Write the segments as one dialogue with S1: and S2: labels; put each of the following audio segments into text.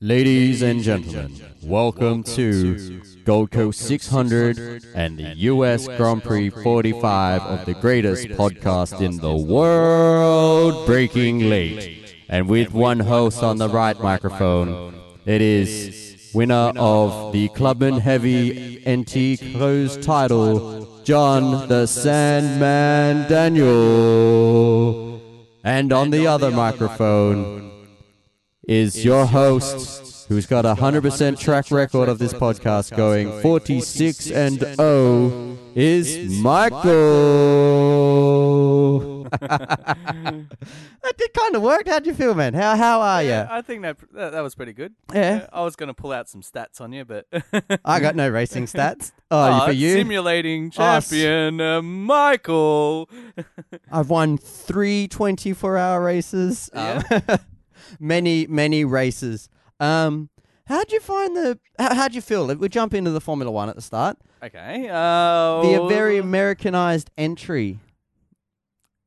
S1: Ladies and gentlemen, welcome to Gold Coast 600 and the US Grand Prix 45 of the greatest podcast in the world, Breaking Late. And with one host on the right microphone, it is winner of the Clubman Heavy NT Close title, John the Sandman Daniel. And on the other microphone, is your host, who's got a 100% track record of this podcast going 46 and 0, is Michael. that did kind of work. How'd you feel, man? How how are you?
S2: I think that, that that was pretty good.
S1: Yeah.
S2: I was going to pull out some stats on you, but
S1: I got no racing stats. Oh,
S2: Ah,
S1: for you?
S2: simulating
S1: Oh, s-
S2: champion uh, Michael.
S1: I've won three 24 hour races. Um, many, many races. Um, how'd you find the. How, how'd you feel? We jump into the Formula One at the start.
S2: okay. Uh,
S1: The very Americanized entry.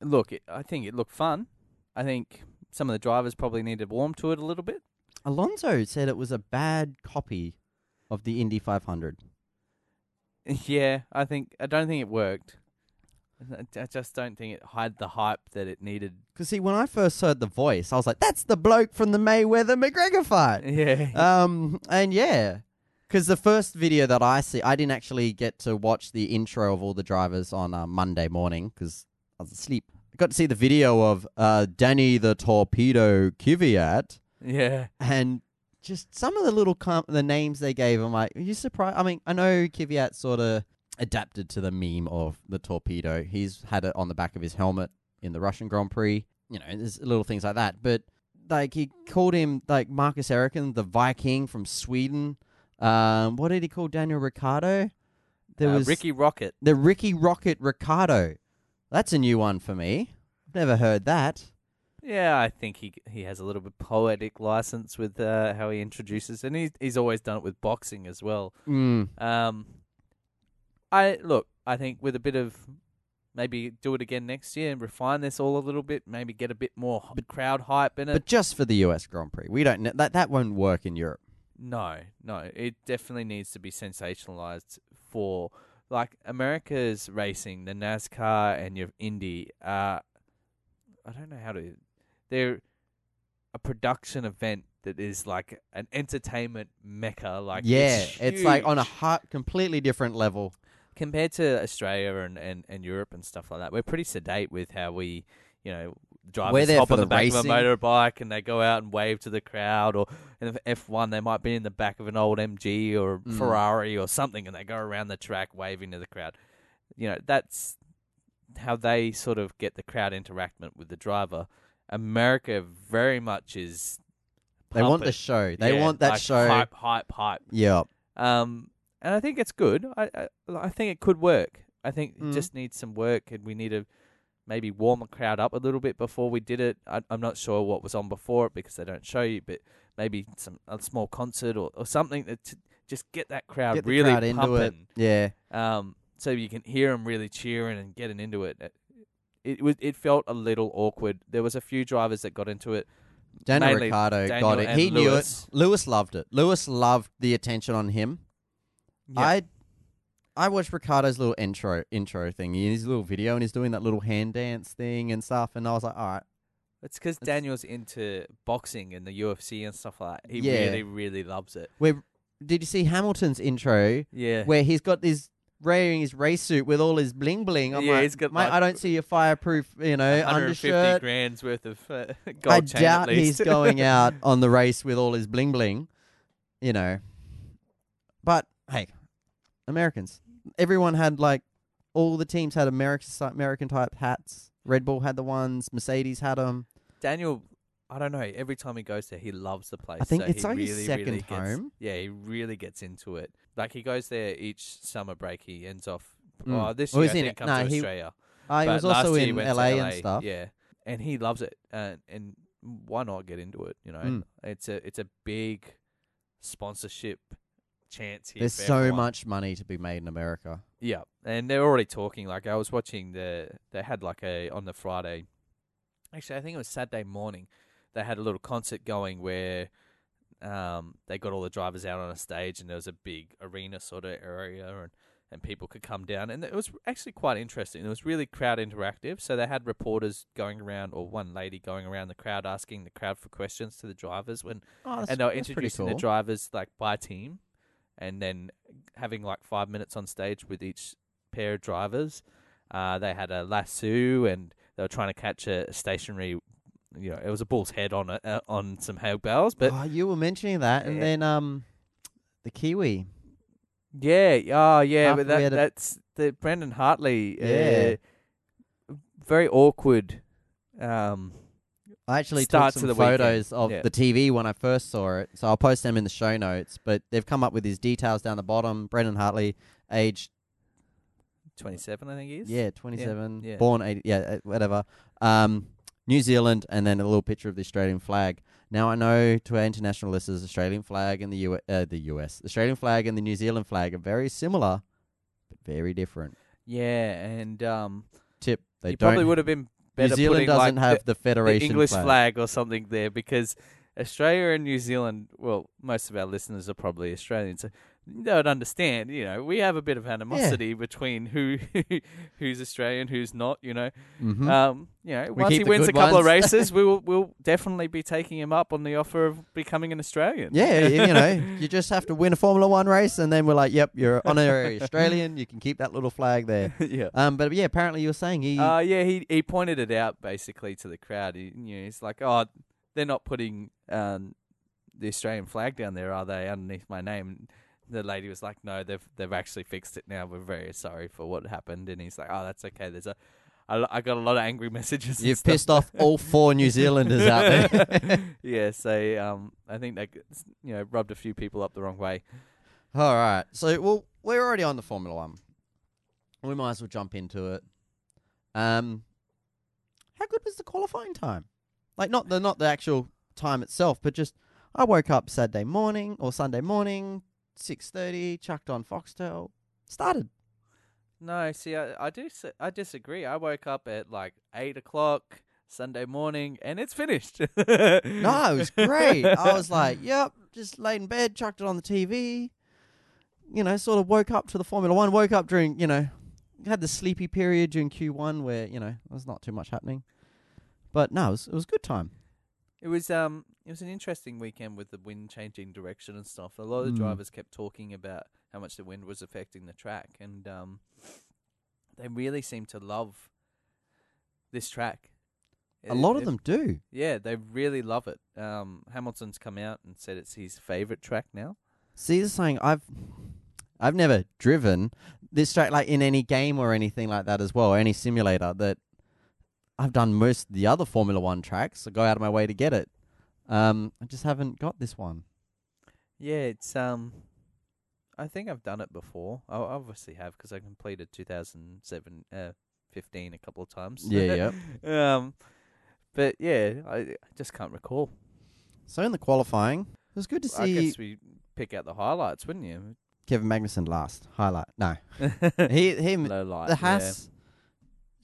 S2: look. It, I think it looked fun. I think some of the drivers probably needed to warm to it a little bit.
S1: Alonso said it was a bad copy of the Indy 500.
S2: yeah, I think I don't think it worked. I, I just don't think it had the hype that it needed.
S1: Because, see, when I first heard the voice, I was like, that's the bloke from the Mayweather McGregor fight.
S2: Yeah.
S1: um, and yeah, because the first video that I see, I didn't actually get to watch the intro of all the drivers on uh, Monday morning because I was asleep. I got to see the video of uh, Danny the Torpedo Kvyat
S2: yeah.
S1: and just some of the little com- the names they gave. I'm like, are you surprised? I mean, I know Kvyat sort of adapted to the meme of the torpedo. He's had it on the back of his helmet in the Russian Grand Prix. You know, there's little things like that. But like he called him like Marcus Ericsson, the Viking from Sweden. Um, what did he call Daniel Ricciardo? There
S2: Uh,
S1: was
S2: Ricky Rocket.
S1: the Ricky Rocket Ricciardo. That's a new one for me. I've never heard that.
S2: Yeah, I think he he has a little bit poetic license with uh, how he introduces, and he's he's always done it with boxing as well.
S1: Mm.
S2: Um, I look, I think with a bit of maybe do it again next year and refine this all a little bit, maybe get a bit more h- crowd hype in it.
S1: But just for the US Grand Prix, we don't kn- that that won't work in Europe.
S2: no, no, it definitely needs to be sensationalized for like America's racing, the NASCAR and your Indy. Uh, I don't know how to. They're a production event that is like an entertainment mecca. Like
S1: yeah, it's, like on a
S2: huge.
S1: hu- completely different level.
S2: compared to Australia and, and, and Europe and stuff like that, we're pretty sedate with how we, you know,
S1: We're
S2: drivers
S1: there
S2: hop
S1: for
S2: on the,
S1: the
S2: back of a
S1: racing.
S2: motorbike and they go out and wave to the crowd. Or in the F1, they might be in the back of an old MG or a
S1: Mm.
S2: Ferrari or something and they go around the track waving to the crowd. You know, that's how they sort of get the crowd interactment with the driver. America very much is.
S1: They
S2: pump
S1: want the
S2: it.
S1: show. They
S2: Yeah,
S1: want that
S2: like
S1: show.
S2: Hype, hype, hype.
S1: Yeah.
S2: Um, and I think it's good. I I, I think it could work. I think
S1: Mm.
S2: it just needs some work, and we need to maybe warm the crowd up a little bit before we did it. I, I'm not sure what was on before it because they don't show you, but maybe some a small concert or, or something that to just get that crowd
S1: Get the
S2: really
S1: crowd into it.
S2: pumping.
S1: Yeah.
S2: Um, so you can hear them really cheering and getting into it. It- It was it felt a little awkward. There was a few drivers that got into it.
S1: Daniel
S2: Mainly
S1: Ricciardo
S2: Daniel
S1: got it.
S2: and
S1: He knew it.
S2: Lewis.
S1: Lewis loved it. Lewis loved the attention on him. I I watched Ricardo's little intro intro thing in his little video, and he's doing that little hand dance thing and stuff. And I was like, all right,
S2: It's because
S1: It's-
S2: Daniel's into boxing and the UFC and stuff like that. He
S1: Yeah.
S2: really, really loves it.
S1: we're. Did you see Hamilton's intro
S2: Yeah.
S1: where he's got this wearing his race suit with all his bling bling? I'm
S2: Yeah,
S1: like,
S2: he's got
S1: mate,
S2: like-
S1: I don't see your fireproof, you know,
S2: 150
S1: undershirt.
S2: grand's worth of uh, gold
S1: I
S2: chain
S1: doubt
S2: at
S1: he's
S2: least.
S1: going out on the race with all his bling bling, you know. But hey, Americans, everyone had like all the teams had American American type hats. Red Bull had the ones, Mercedes had them.
S2: Daniel, I don't know. Every time he goes there, he loves the place.
S1: I think
S2: so
S1: it's
S2: he
S1: like his
S2: really,
S1: second
S2: really gets,
S1: home.
S2: Yeah, he really gets into it. Like he goes there each summer break. He ends off.
S1: Mm.
S2: Oh, this
S1: Well,
S2: year
S1: he's
S2: I
S1: in
S2: think
S1: it-
S2: comes
S1: nah,
S2: to
S1: he-
S2: Australia.
S1: I
S2: but
S1: Uh, was
S2: last
S1: also
S2: year he
S1: in
S2: went to
S1: LA, and stuff.
S2: Yeah, and he loves it. Uh, and why not get into it? You know,
S1: Mm.
S2: it's a it's a big sponsorship chance here.
S1: There's
S2: for
S1: so
S2: everyone.
S1: much money to be made in America.
S2: Yeah, and they're already talking. Like I was watching the they had like a on the Friday, actually I think it was Saturday morning. They had a little concert going where um, they got all the drivers out on a stage, and there was a big arena sort of area, and and people could come down, and it was actually quite interesting. It was really crowd interactive, so they had reporters going around, or one lady going around the crowd asking the crowd for questions to the drivers when
S1: Oh, that's,
S2: and they were
S1: that's pretty
S2: introducing
S1: cool.
S2: the drivers like by team, and then having like five minutes on stage with each pair of drivers. Uh, they had a lasso, and they were trying to catch a stationary. You know, it was a bull's head on a, uh, on some hay bales, but
S1: oh, you were mentioning that, and
S2: Yeah.
S1: then um, the kiwi.
S2: yeah, oh yeah,
S1: After we
S2: but that,
S1: had a-
S2: that's the Brandon Hartley.
S1: Yeah.
S2: uh, very awkward. Um,
S1: I actually took
S2: Start to
S1: some
S2: the weekend.
S1: photos of
S2: Yeah.
S1: the TV when I first saw it, so I'll post them in the show notes. But they've come up with his details down the bottom. Brendan Hartley, aged
S2: twenty seven, I think he is.
S1: yeah, twenty seven,
S2: yeah.
S1: born eighty, yeah, uh, whatever. Um, New Zealand, and then a little picture of the Australian flag. Now I know to our international listeners, Australian flag and the U uh, the US Australian flag and the New Zealand flag are very similar, but very different.
S2: yeah, and um,
S1: Tip: They
S2: you
S1: don't.
S2: probably would have been better
S1: New Zealand
S2: putting
S1: doesn't
S2: like the-
S1: have the, federation
S2: the English
S1: flag.
S2: flag. or something there because Australia and New Zealand, well, most of our listeners are probably Australians, so they would understand. You know, we have a bit of animosity between who who's Australian, who's not. You know,
S1: Mhm.
S2: um, you know,
S1: We
S2: once
S1: keep
S2: he
S1: the
S2: wins a
S1: good
S2: couple of
S1: ones.
S2: races, we will we'll definitely be taking him up on the offer of becoming an Australian.
S1: Yeah, you know, you just have to win a Formula One race, and then we're like, "Yep, you're an honorary Australian. You can keep that little flag there."
S2: yeah.
S1: Um, but yeah, apparently you were saying he.
S2: Uh, yeah, he, he pointed it out basically to the crowd. He, you know, he's like, oh, they're not putting um, the Australian flag down there, are they, underneath my name? And The lady was like, no, they've they've actually fixed it now. We're very sorry for what happened. And he's like, oh, that's okay. There's a, I, lo- I got a lot of angry messages. and
S1: you've
S2: stuff.
S1: pissed off all four New Zealanders out there.
S2: yeah, so um, I think they, you know, rubbed a few people up the wrong way.
S1: all right, so well, we're already on the Formula One. We might as well jump into it. Um, how good was the qualifying time? Like, not the not the actual time itself, but just I woke up Saturday morning or Sunday morning, six thirty, chucked on Foxtel, started.
S2: No, see, I, I do, s- I disagree. I woke up at like eight o'clock Sunday morning, and it's finished. no,
S1: No, it was great. I was like, yep, just laid in bed, chucked it on the TV. You know, sort of woke up to the Formula One, woke up during, you know, had the sleepy period during Q1 where, you know, there's not too much happening. But no, it was, it was a good time.
S2: it was um, it was an interesting weekend with the wind changing direction and stuff. A lot of the
S1: Mm.
S2: drivers kept talking about how much the wind was affecting the track, and um, they really seem to love this track.
S1: A lot of
S2: It-
S1: them do.
S2: yeah, they really love it. Um, Hamilton's come out and said it's his favorite track now.
S1: See, this is something I've I've never driven this track like in any game or anything like that as well, or any simulator that I've done most of the other Formula One tracks. I go out of my way to get it. Um, I just haven't got this one.
S2: Yeah, it's um, I think I've done it before. I obviously have 'cause I completed 2007, uh, 15 a couple of times.
S1: Yeah,
S2: yeah. um, but yeah, I, I just can't recall.
S1: So in the qualifying, it was good to
S2: I
S1: see
S2: guess we pick out the highlights, wouldn't you?
S1: Kevin Magnussen last highlight. No, he him
S2: Low light.
S1: the Haas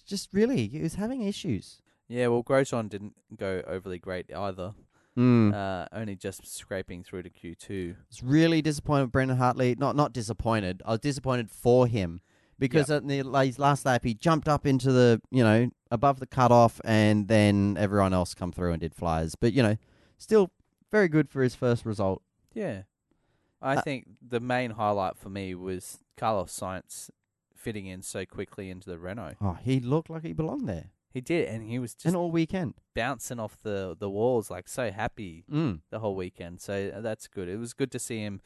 S1: just really he was having issues.
S2: Yeah. yeah, well, Grosjean didn't go overly great either.
S1: Mm.
S2: Uh, only just scraping through to Q2.
S1: was really disappointed with Brendan Hartley. Not not disappointed. I was disappointed for him because at the la- his last lap he jumped up into the you know above the cutoff, and then everyone else come through and did flyers. But you know, still very good for his first result.
S2: Yeah. I
S1: Uh,
S2: think the main highlight for me was Carlos Sainz fitting in so quickly into the Renault.
S1: Oh, he looked like he belonged there,
S2: He did, and he was just
S1: and all weekend.
S2: bouncing off the, the walls, like so happy
S1: Mm.
S2: the whole weekend. So uh, that's good. It was good to see him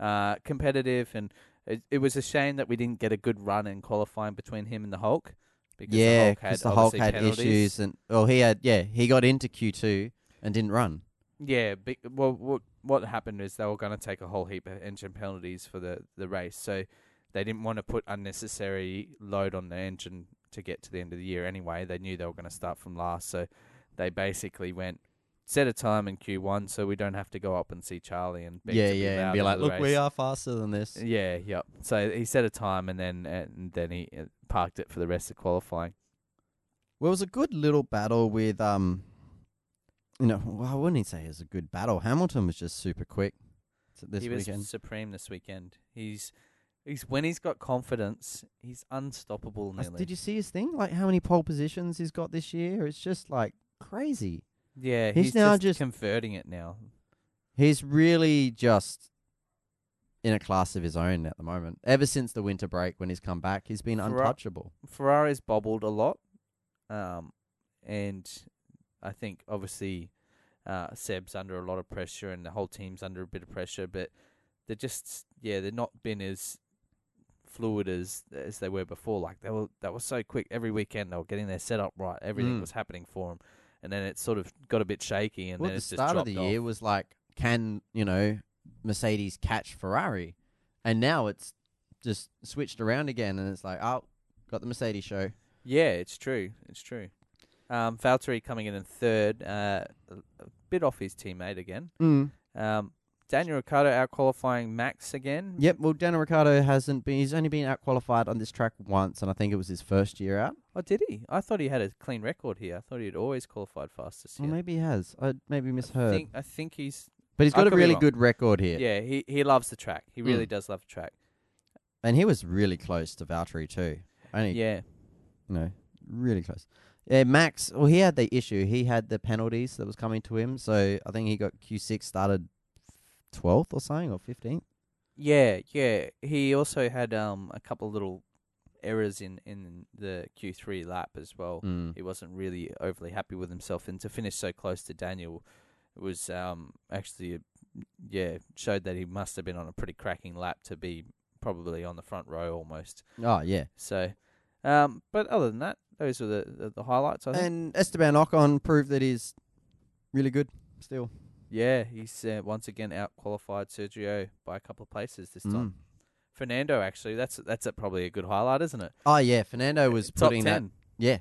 S2: uh, competitive, and it, it was a shame that we didn't get a good run in qualifying between him and the Hulk. Because
S1: yeah,
S2: the Hulk had,
S1: the Hulk
S2: obviously
S1: had
S2: penalties.
S1: issues, and well, he had yeah, he got into Q two and didn't run.
S2: Yeah, but, well, what what happened is they were going to take a whole heap of engine penalties for the the race, so they didn't want to put unnecessary load on the engine to get to the end of the year. Anyway, they knew they were going to start from last, so they basically went set a time in Q one, so we don't have to go up and see Charlie and Beck
S1: yeah,
S2: to be
S1: yeah,
S2: loud
S1: and be
S2: in
S1: like,
S2: the
S1: look, we
S2: race."
S1: are faster than this.
S2: Yeah, yep. So he set a time, and then and then he uh, parked it for the rest of qualifying.
S1: Well, it was a good little battle with um No, well, I wouldn't say it was a good battle. Hamilton was just super quick t- this
S2: he was
S1: weekend.
S2: supreme this weekend. He's he's when he's got confidence, he's unstoppable
S1: I s-
S2: nearly.
S1: Did you see his thing? Like how many pole positions he's got this year? It's just like crazy.
S2: yeah,
S1: He's
S2: he's,
S1: now
S2: just,
S1: just-
S2: converting it now.
S1: He's really just in a class of his own at the moment. Ever since the winter break when he's come back, he's been
S2: Right.
S1: untouchable.
S2: Ferrari's bobbled a lot, um, and I think obviously uh, Seb's under a lot of pressure, and the whole team's under a bit of pressure. But they're just yeah, they're not been as fluid as as they were before. Like they were they were so quick every weekend. They were getting their setup right. Everything
S1: Mm.
S2: was happening for them, and then it sort of got a bit shaky, and
S1: well,
S2: then
S1: the
S2: it's just
S1: start of
S2: dropped
S1: the
S2: off.
S1: year was like, can you know Mercedes catch Ferrari? And now it's just switched around again, and it's like, oh, got the Mercedes show.
S2: Yeah, it's true. It's true. Um, Valtteri coming in in third, uh, a a bit off his teammate again.
S1: Mm.
S2: Um, Daniel Ricciardo out qualifying Max again.
S1: Yep. Well, Daniel Ricciardo hasn't been. He's only been out qualified on this track once, and I think it was his first year out.
S2: Oh, did he? I thought he had a clean record here. I thought he'd always qualified fastest
S1: Or
S2: here.
S1: maybe he has. I maybe
S2: I
S1: misheard.
S2: think I think he's
S1: but he's
S2: I
S1: got a
S2: could be
S1: really
S2: wrong.
S1: good record here,
S2: yeah. He he loves the track. He really
S1: Mm.
S2: does love the track.
S1: and he was really close to Valtteri too. Only
S2: Yeah.
S1: you know, really close. Yeah, Max. Well, he had the issue. He had the penalties that was coming to him, so I think he got Q six started twelfth or something or fifteenth.
S2: Yeah, yeah. He also had um a couple little errors in in the Q3 lap as well.
S1: Mm.
S2: He wasn't really overly happy with himself, and to finish so close to Daniel was um actually uh, yeah showed that he must have been on a pretty cracking lap to be probably on the front row almost.
S1: Oh yeah,
S2: So, um, but other than that, those are the the, the highlights. I think.
S1: and Esteban Ocon proved that he's really good still.
S2: yeah, he's uh, once again out qualified Sergio by a couple of places this time.
S1: Mm.
S2: Fernando actually, that's that's a, probably a good highlight, isn't it?
S1: Oh yeah, Fernando was
S2: Top
S1: putting that
S2: ten.
S1: Yeah.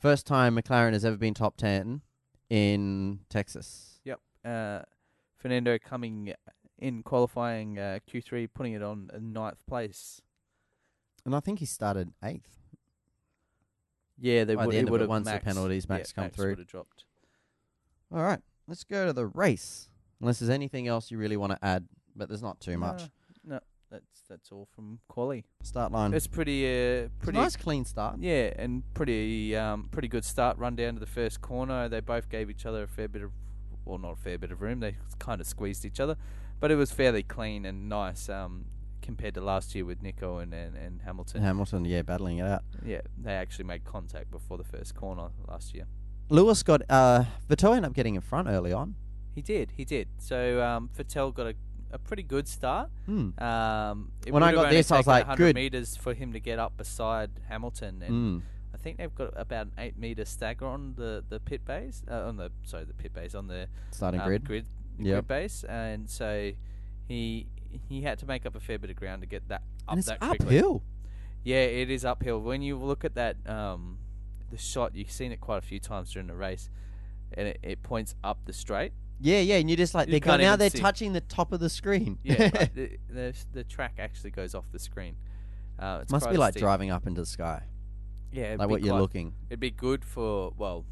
S1: First time McLaren has ever been top 10 in Texas.
S2: Uh, Fernando coming in qualifying uh, Q3, putting it on ninth place.
S1: And I think he started eighth.
S2: Yeah, they
S1: By the
S2: would.
S1: end of
S2: it
S1: it,
S2: would have
S1: once the penalties, Max come through.
S2: Would have dropped.
S1: All right, let's go to the race. Unless there's anything else you really want to add, but there's not too much.
S2: No, no, that's that's all from Quali.
S1: Start line. It's
S2: It's pretty uh
S1: a
S2: pretty
S1: nice clean start.
S2: Yeah, and pretty um, pretty good start run down to the first corner. They both gave each other a fair bit of, well, not a fair bit of room. They kind of squeezed each other, but it was fairly clean and nice um, compared to last year with Nico and and, and Hamilton.
S1: Hamilton, yeah, battling it out.
S2: yeah, they actually made contact before the first corner last year.
S1: Lewis got uh Vettel ended up getting in front early on.
S2: He did, he did. So um, Fattel got a, a pretty good start.
S1: Hmm.
S2: Um, it
S1: When I
S2: would've
S1: got
S2: only
S1: this, I was
S2: taken
S1: like,
S2: 100
S1: good.
S2: meters for him to get up beside Hamilton and.
S1: Mm.
S2: I think they've got about an eight meter stagger on the the pit base uh, on the sorry the pit base on the
S1: Starting
S2: um,
S1: grid.
S2: grid
S1: Yep.
S2: grid base, and so he he had to make up a fair bit of ground to get that up
S1: and it's
S2: that quickly.
S1: uphill.
S2: Yeah, it is uphill. When you look at that um the shot, you've seen it quite a few times during the race, and it, it points up the straight.
S1: Yeah, yeah, and you're just like
S2: You
S1: they're go-
S2: can't
S1: now
S2: even
S1: they're
S2: see.
S1: touching the top of the screen.
S2: Yeah, but the, the the track actually goes off the screen. Uh, it's
S1: Must
S2: quite
S1: be
S2: a
S1: like
S2: steep-
S1: driving up into the sky.
S2: Yeah, it'd
S1: like
S2: be
S1: what you're
S2: quite-
S1: looking.
S2: It'd be good for well,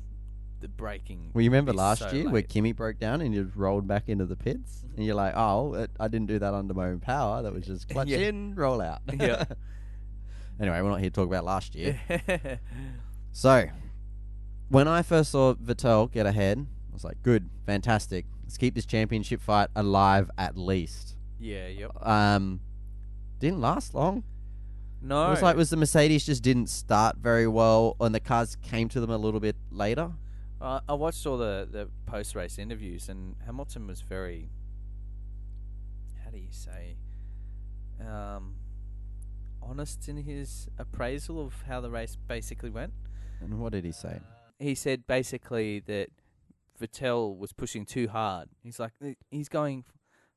S2: the braking.
S1: Well, you remember
S2: be
S1: last
S2: so
S1: year where
S2: late. Mm-hmm.
S1: Kimmy broke down and you just rolled back into the pits, and you're like, "Oh, it, I didn't do that under my own power. That was just clutch
S2: Yeah.
S1: in, roll out."
S2: Yeah.
S1: anyway, we're not here to talk about last year.
S2: Yeah.
S1: So, when I first saw Vettel get ahead, I was like, "Good, fantastic. Let's keep this championship fight alive at least."
S2: yeah, yep.
S1: Um, didn't last long.
S2: No.
S1: It was like it was the Mercedes just didn't start very well, and the cars came to them a little bit later.
S2: uh, I watched all the, the post race interviews, and Hamilton was very. How do you say? Um, honest in his appraisal of how the race basically went.
S1: And what did he say?
S2: He said basically that Vettel was pushing too hard. He's like, "Eh, he's going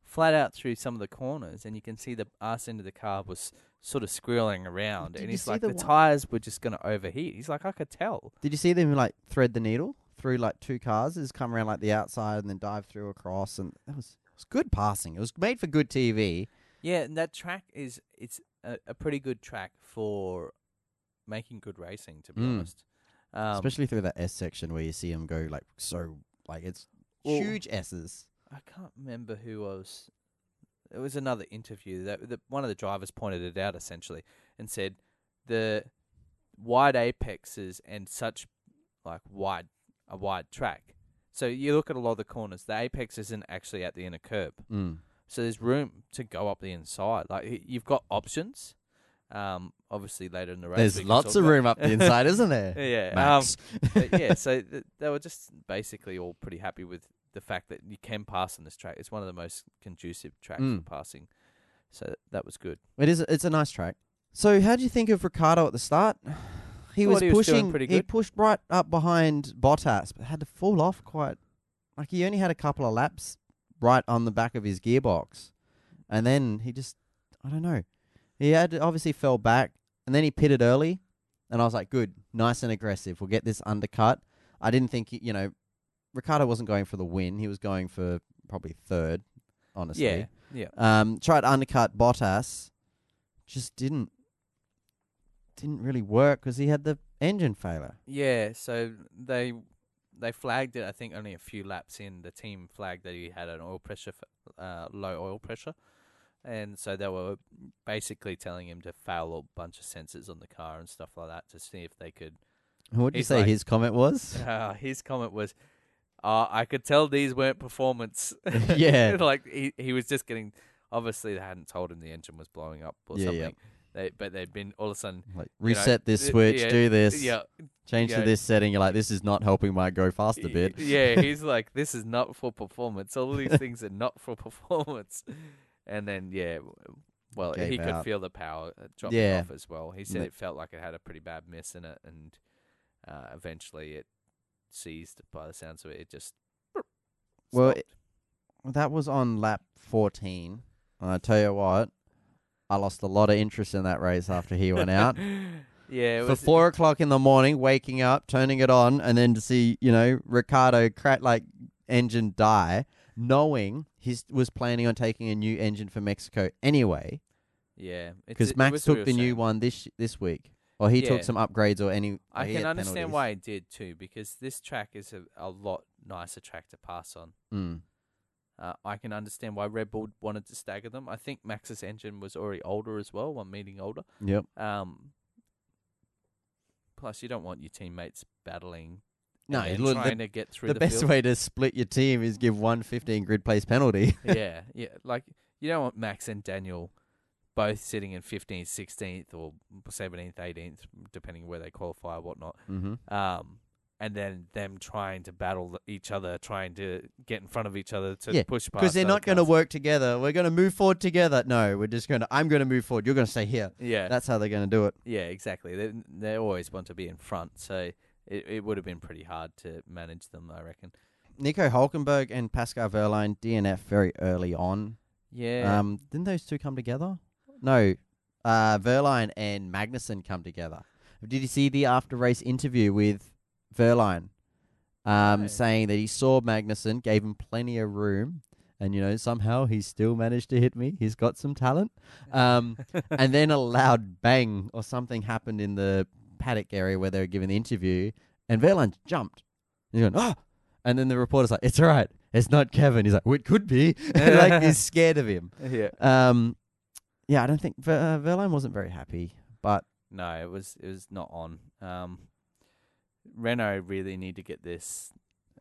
S2: flat out through some of the corners, and you can see the arse end of the car was sort of squirreling around.
S1: Did
S2: and
S1: you
S2: he's
S1: see
S2: like,
S1: the
S2: the,
S1: one-
S2: tyres were just going to overheat. He's like, I could tell.
S1: Did you see them like thread the needle through like two cars? It's come around like the outside and then dive through across, and that was it was good passing. It was made for good TV.
S2: Yeah, and that track is it's a, a pretty good track for making good racing, to be
S1: Mm.
S2: honest. Um,
S1: Especially through that S section where you see him go like so Like it's
S2: Well-
S1: huge S's.
S2: I can't remember who was. It was another interview that, that one of the drivers pointed it out essentially and said the wide apexes and such like wide a wide track. So you look at a lot of the corners, the apex isn't actually at the inner curb,
S1: Mm.
S2: so there's room to go up the inside. Like y- you've got options. Um, obviously later in the race, we
S1: There's
S2: can
S1: lots
S2: talk
S1: of
S2: about-
S1: room up the inside, isn't there?
S2: yeah, um,
S1: Max.
S2: but yeah, so th- they were just basically all pretty happy with the fact that you can pass on this track. It's one of the most conducive tracks
S1: Mm.
S2: for passing, so th- that was good.
S1: It is. It's a nice track. So, how do you think of Ricardo at the start? He
S2: Thought
S1: was
S2: he was doing
S1: pushing.
S2: pretty
S1: He
S2: good.
S1: pushed right up behind Bottas, but had to fall off quite. Like he only had a couple of laps right on the back of his gearbox, and then he just. I don't know. He had obviously fell back, and then he pitted early, and I was like, "Good, nice and aggressive. We'll get this undercut." I didn't think he, you know, Ricardo wasn't going for the win. He was going for probably third, honestly.
S2: Yeah, yeah.
S1: Um, tried to undercut Bottas, just didn't didn't really work because he had the engine failure.
S2: Yeah, so they they flagged it. I think only a few laps in, the team flagged that he had an oil pressure, f- uh, low oil pressure, and so they were basically telling him to foul a bunch of sensors on the car and stuff like that to see if they could.
S1: What did you
S2: He's
S1: say
S2: like-
S1: his comment was?
S2: Uh, his comment was, uh, "I could tell these weren't performance."
S1: Yeah.
S2: like he he was just getting. Obviously, they hadn't told him the engine was blowing up or
S1: Yeah, yeah.
S2: something. They but they'd been all of a sudden.
S1: Like
S2: know,
S1: reset this
S2: uh,
S1: switch,
S2: yeah,
S1: do this,
S2: Yeah,
S1: change to
S2: yeah.
S1: this setting. You're like, this is not helping my go faster
S2: Y-
S1: bit.
S2: yeah, he's like, this is not for performance. All these things are not for performance. And then, yeah, w- well, he
S1: Gave
S2: could
S1: out.
S2: feel the power uh, dropping
S1: Yeah.
S2: off as well. He said
S1: Ma-
S2: it felt like it had a pretty bad miss in it, and uh, eventually it seized by the sounds of it. It just.
S1: Well,
S2: stopped.
S1: That was on lap 14, and I tell you what, I lost a lot of interest in that race after he went out.
S2: yeah, it
S1: for
S2: was,
S1: four o'clock in the morning, waking up, turning it on, and then to see you know Ricardo crack like engine die, knowing he was planning on taking a new engine for Mexico anyway,
S2: yeah, it's-
S1: because
S2: it
S1: Max
S2: was a
S1: took
S2: real
S1: the new
S2: shame.
S1: one this this week, or he
S2: Yeah.
S1: took some upgrades or any.
S2: I
S1: he
S2: can
S1: had
S2: understand
S1: penalties.
S2: why he did too, because this track is a, a lot nicer track to pass on.
S1: Mm.
S2: Uh, I can understand why Red Bull wanted to stagger them. I think Max's engine was already older as well, one meeting older.
S1: Yep.
S2: Um, plus, you don't want your teammates battling.
S1: No,
S2: and then
S1: look,
S2: trying
S1: the,
S2: to get through
S1: the
S2: the,
S1: best
S2: field.
S1: way to split your team is give one 15 grid place penalty.
S2: yeah, yeah. Like you don't want Max and Daniel both sitting in fifteenth, sixteenth, or seventeenth, eighteenth, depending where they qualify or whatnot.
S1: mm-hmm.
S2: Um, and then them trying to battle each other, trying to get in front of each other to
S1: Yeah,
S2: push past.
S1: Because they're
S2: other
S1: not going to
S2: cars.
S1: work together. We're going to move forward together. No, we're just going to. I'm going to move forward. You're going to stay here.
S2: Yeah,
S1: That's how they're going to do it.
S2: Yeah, exactly. They they always want to be in front, so it it would have been pretty hard to manage them, I reckon.
S1: Nico Hulkenberg and Pascal Verline DNF very early on.
S2: Yeah,
S1: Um, didn't those two come together? No, uh, Verline and Magnussen come together. Did you see the after race interview with Verline, um,
S2: No.
S1: saying that he saw Magnussen, gave him plenty of room, and you know somehow he still managed to hit me. He's got some talent. Um, and then a loud bang or something happened in the paddock area where they were giving the interview, and Verline jumped. He's going, ah! And then the reporter's like, it's all right. It's not Kevin. He's like, well, it could be. like, he's scared of him.
S2: yeah.
S1: Um, yeah, I don't think Ver, uh, Verline wasn't very happy, but
S2: No, it was it was not on. Um, Renault really need to get this.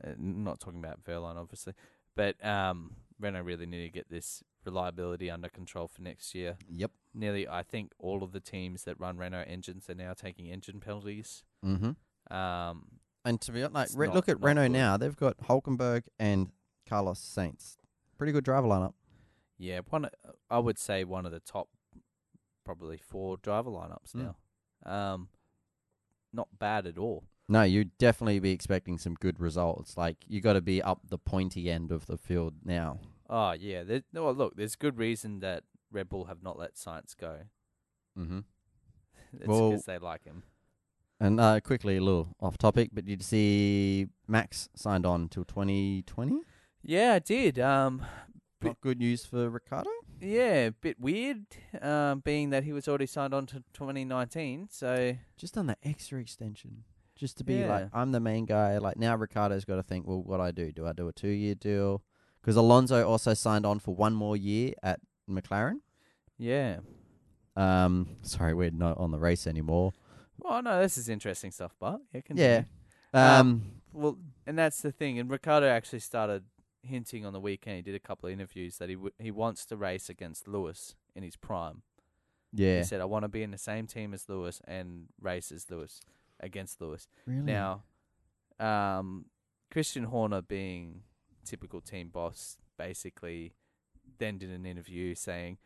S2: Uh, n- not talking about Verline, obviously, but um, Renault really need to get this reliability under control for next year.
S1: yep.
S2: Nearly, I think all of the teams that run Renault engines are now taking engine penalties.
S1: Mm-hmm.
S2: Um,
S1: And to be honest, like,
S2: It's
S1: re-
S2: not-
S1: look at
S2: not
S1: Renault
S2: good.
S1: now. They've got Hulkenberg and Carlos Sainz. Pretty good driver lineup.
S2: Yeah, one. o- I would say one of the top, probably four driver lineups
S1: Mm.
S2: now. Um, not bad at all.
S1: No, you'd definitely be expecting some good results. Like you got to be up the pointy end of the field now.
S2: Oh yeah, there, no. Look, there's good reason that Red Bull have not let science go.
S1: Mm-hmm.
S2: It's
S1: Well-
S2: because they like him.
S1: And uh, quickly, a little off topic, but did you see Max signed on till 2020?
S2: Yeah, I did. Um, But-
S1: Not good news for Ricardo.
S2: yeah, bit weird. Um, being that he was already signed on to 2019, so
S1: Just on that extra extension. just to be like
S2: Yeah.
S1: I'm the main guy. Like now, Ricardo's got to think. Well, what do I do? Do I do a two year deal? Because Alonso also signed on for one more year at McLaren.
S2: Yeah.
S1: Um, sorry, we're not on the race anymore.
S2: Well, no, this is interesting stuff, but yeah, continue.
S1: Yeah.
S2: Um,
S1: Um,
S2: Well, and that's the thing. And Ricardo actually started hinting on the weekend. He did a couple of interviews that he w- he wants to race against Lewis in his prime.
S1: yeah.
S2: He said, "I want to be in the same team as Lewis and race as Lewis against Lewis."
S1: Really?
S2: Now, um, Christian Horner, being typical team boss, basically then did an interview saying,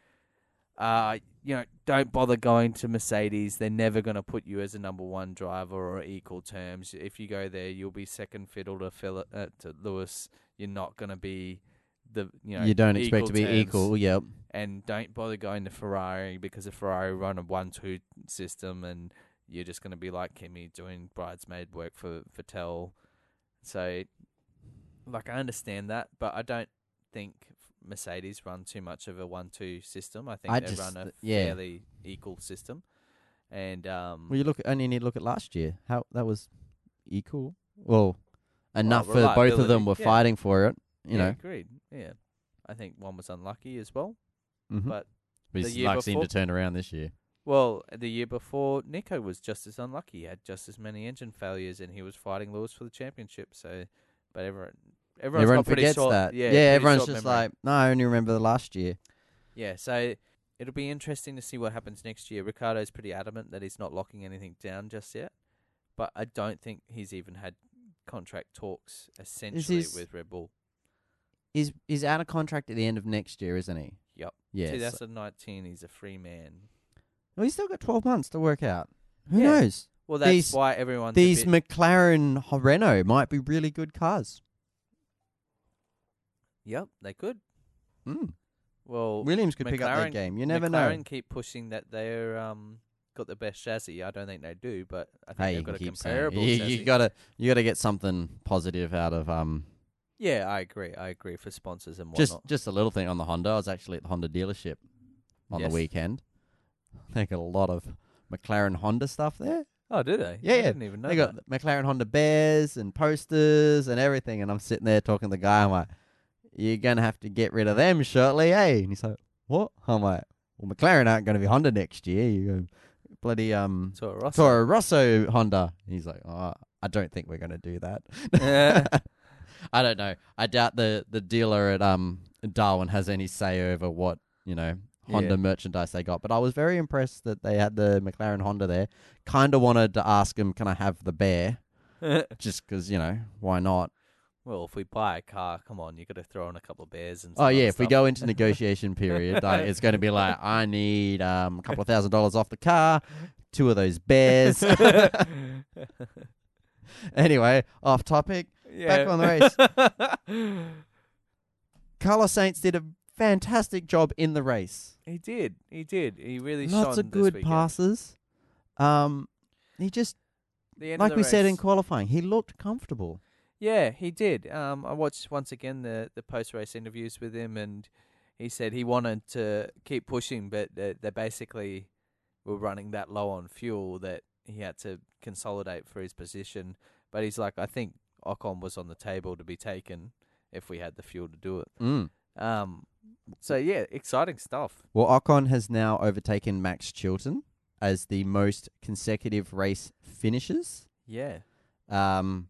S2: uh, you know, don't bother going to Mercedes. They're never going to put you as a number one driver or equal terms. If you go there, you'll be second fiddle to Phil uh, to Lewis. You're not going to be the you know
S1: you don't expect
S2: equal
S1: to be
S2: terms
S1: equal. Yep.
S2: and don't bother going to Ferrari because the Ferrari run a one-two system, and you're just going to be like Kimmy doing bridesmaid work for Vettel. So, like, I understand that, but I don't think Mercedes run too much of a one-two system. I think
S1: I
S2: they
S1: just- uh,
S2: run a
S1: yeah.
S2: fairly equal system, and um,
S1: Well, you look only need to look at last year. How that was equal. Well, enough for both of
S2: reliability,
S1: them were
S2: yeah.
S1: fighting for it. You
S2: yeah,
S1: know.
S2: agreed. Yeah, I think one was unlucky as well.
S1: Mm-hmm.
S2: But
S3: But
S2: the
S3: his
S2: year
S3: luck seemed to
S2: before-
S3: turn around this year.
S2: Well, the year before, Nico was just as unlucky. He had just as many engine failures, and he was fighting Lewis for the championship. So, but everyone, everyone's
S1: Everyone
S2: got pretty
S1: forgets
S2: short-
S1: that.
S2: Yeah,
S1: Yeah,
S2: pretty
S1: everyone's
S2: short
S1: just
S2: memory.
S1: like, no, I only remember the last year.
S2: yeah. So it'll be interesting to see what happens next year. Ricardo's pretty adamant that he's not locking anything down just yet, but I don't think he's even had contract talks essentially
S1: his-
S2: with Red Bull.
S1: He's he's out of contract at the end of next year, isn't he?
S2: Yep.
S1: Yeah. so-
S2: 2019, he's a free man.
S1: well, he's still got twelve months to work out. Who
S2: Yeah.
S1: knows?
S2: Well, that's
S1: These-
S2: why everyone's a
S1: These
S2: bit-
S1: McLaren H- Renault might be really good cars.
S2: yep, they could.
S1: Mm.
S2: Well,
S1: Williams could pick up their
S2: McLaren-
S1: game. You never
S2: McLaren
S1: know.
S2: keep pushing that they're um got the best chassis. I don't think they do, but I think
S1: Hey, you
S2: they've got
S1: can
S2: a
S1: keep saying
S2: comparable
S1: you,
S2: chassis.
S1: you gotta you gotta get something positive out of um
S2: yeah, I agree. I agree for sponsors and
S1: just
S2: whatnot.
S1: just a little thing on the Honda. I was actually at the Honda dealership on
S2: Yes.
S1: the weekend. They got a lot of McLaren Honda stuff there.
S2: oh, do they?
S1: Yeah,
S2: I
S1: yeah.
S2: didn't even know.
S1: They got
S2: that.
S1: McLaren Honda bears and posters and everything. And I'm sitting there talking to the guy. I'm like, you're going to have to get rid of them shortly, eh? And he's like, what? I'm like, well, McLaren aren't going to be Honda next year. You go bloody um,
S2: Toro Rosso.
S1: Toro Rosso Honda. And he's like, oh, I don't think we're going to do
S2: Yeah.
S1: that. I don't know. I doubt the, the dealer at um Darwin has any say over what, you know, Honda
S2: Yeah.
S1: merchandise they got. But I was very impressed that they had the McLaren Honda there. Kind of wanted to ask him, can I have the bear? Just 'cause, you know, why not?
S2: well, if we buy a car, come on, you got to throw in a couple of bears and.
S1: oh,
S2: some
S1: yeah.
S2: other
S1: If we
S2: stuff.
S1: go into negotiation period, like, it's going to be like, I need um, a couple of thousand dollars off the car, two of those bears. anyway, off topic.
S2: yeah.
S1: on the
S2: race.
S1: Carlos Saints did a fantastic job in the race.
S2: he did. He did. He really
S1: Lots
S2: shone
S1: of
S2: this
S1: good
S2: weekend.
S1: passes. Um, he just
S2: The end of
S1: like
S2: the
S1: we said
S2: race.
S1: in qualifying, he looked comfortable.
S2: Yeah, he did. Um, I watched once again the, the post race interviews with him, and he said he wanted to keep pushing, but they, they basically were running that low on fuel that he had to consolidate for his position. But he's like, I think Ocon was on the table to be taken if we had the fuel to do it.
S1: Mm.
S2: Um, so yeah, exciting stuff.
S1: Well, Ocon has now overtaken Max Chilton as the most consecutive race finishes.
S2: Yeah,
S1: Um,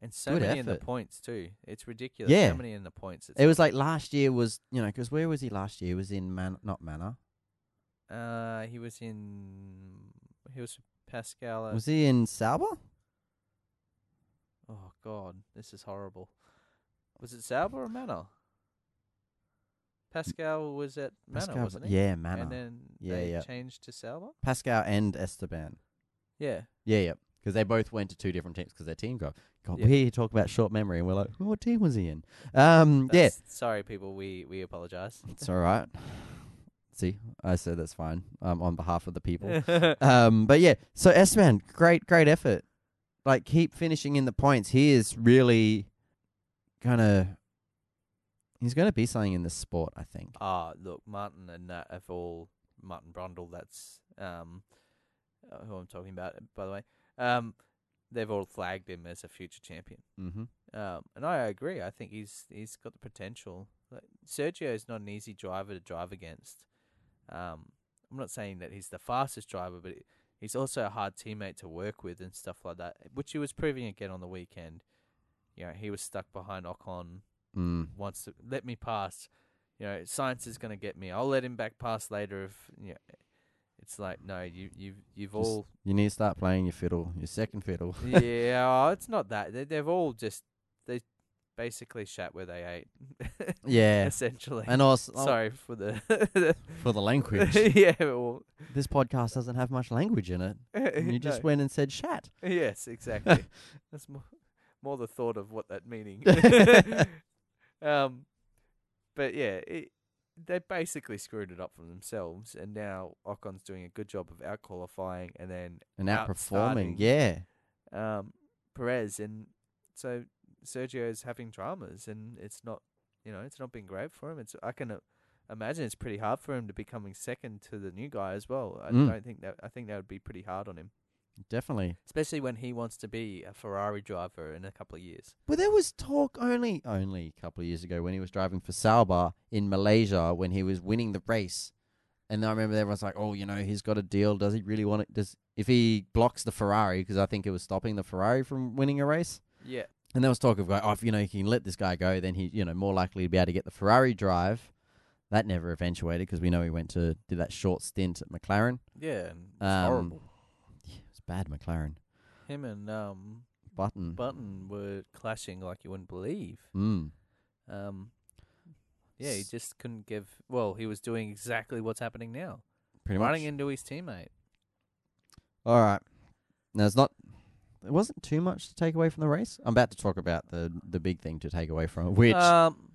S2: and so
S1: Good
S2: many in the
S1: effort.
S2: points too. It's ridiculous.
S1: Yeah.
S2: how many in the points? It's
S1: it was like last year was you know, 'cause where was he last year? He was in Man, not Manor.
S2: uh, he was in. He was Pascal. uh,
S1: Was he in Sauber?
S2: Oh God, this is horrible. Was it Sauber or Manor? Pascal was at Manor,
S1: Pascal-
S2: wasn't he?
S1: yeah, Manor.
S2: And then
S1: Yeah,
S2: they
S1: yeah.
S2: changed to Sauber.
S1: Pascal and Esteban.
S2: Yeah.
S1: Yeah, yeah. 'Cause they both went to two different teams 'cause their team got. God,
S2: Yeah.
S1: we here talk about short memory, and we're like, what team was he in? Um, yeah,
S2: that's- Sorry, people. We we apologize.
S1: It's all right. See, I said that's fine. Um, on behalf of the people. um, but yeah, so Esteban, great, great effort. Like, keep finishing in the points. He is really kind of. He's going to be something in this sport, I think.
S2: Ah, look, Martin and that have all Martin Brundle. That's um, uh, who I'm talking about, by the way. Um, they've all flagged him as a future champion.
S1: Mm-hmm.
S2: Um, and I agree. I think he's he's got the potential. Like, Sergio is not an easy driver to drive against. Um, I'm not saying that he's the fastest driver, but he's also a hard teammate to work with and stuff like that, which he was proving again on the weekend. You know, he was stuck behind Ocon.
S1: Mm.
S2: Wants to let me pass. You know, science is going to get me. I'll let him back pass later if you know, it's like no, you you've you've
S1: Just-
S2: all
S1: You need to start playing your fiddle, your second fiddle.
S2: yeah, it's not that. They, they've all just they basically shat where they ate,
S1: yeah.
S2: essentially.
S1: And also,
S2: Sorry for the
S1: for the language.
S2: yeah. Well,
S1: this podcast doesn't have much language in it. And you just
S2: no.
S1: went and said shat.
S2: yes, exactly. That's more more the thought of what that meaning. um, but yeah, it, they basically screwed it up for themselves, and now Ocon's doing a good job of out qualifying, and then
S1: And outperforming.
S2: Outstarting.
S1: Yeah.
S2: um, Perez, and so Sergio's having dramas, and it's not, you know, it's not been great for him. It's I can uh, imagine it's pretty hard for him to be coming second to the new guy as well. I
S1: Mm.
S2: don't think that I think that would be pretty hard on him,
S1: Definitely.
S2: especially when he wants to be a Ferrari driver in a couple of years.
S1: Well, there was talk only only a couple of years ago when he was driving for Sauber in Malaysia when he was winning the race, and I remember everyone's like, "Oh, you know, he's got a deal. Does he really want it? Does if he blocks the Ferrari because I think it was stopping the Ferrari from winning a race."
S2: Yeah,
S1: And there was talk of going, "Oh, if you know, you can let this guy go, then he, you know, more likely to be able to get the Ferrari drive." That never eventuated because we know he went to did that short stint at McLaren.
S2: yeah, and it's
S1: Um,
S2: horrible.
S1: Yeah, it was bad McLaren
S2: Him and um,
S1: button.
S2: Button were clashing like you wouldn't believe.
S1: mm.
S2: Um, yeah, he
S1: S-
S2: just couldn't give. Well, he was doing exactly what's happening now,
S1: Pretty much.
S2: running into his teammate.
S1: All right. Now it's not. It wasn't too much to take away from the race. I'm about to talk about the the big thing to take away from it, which
S2: Um,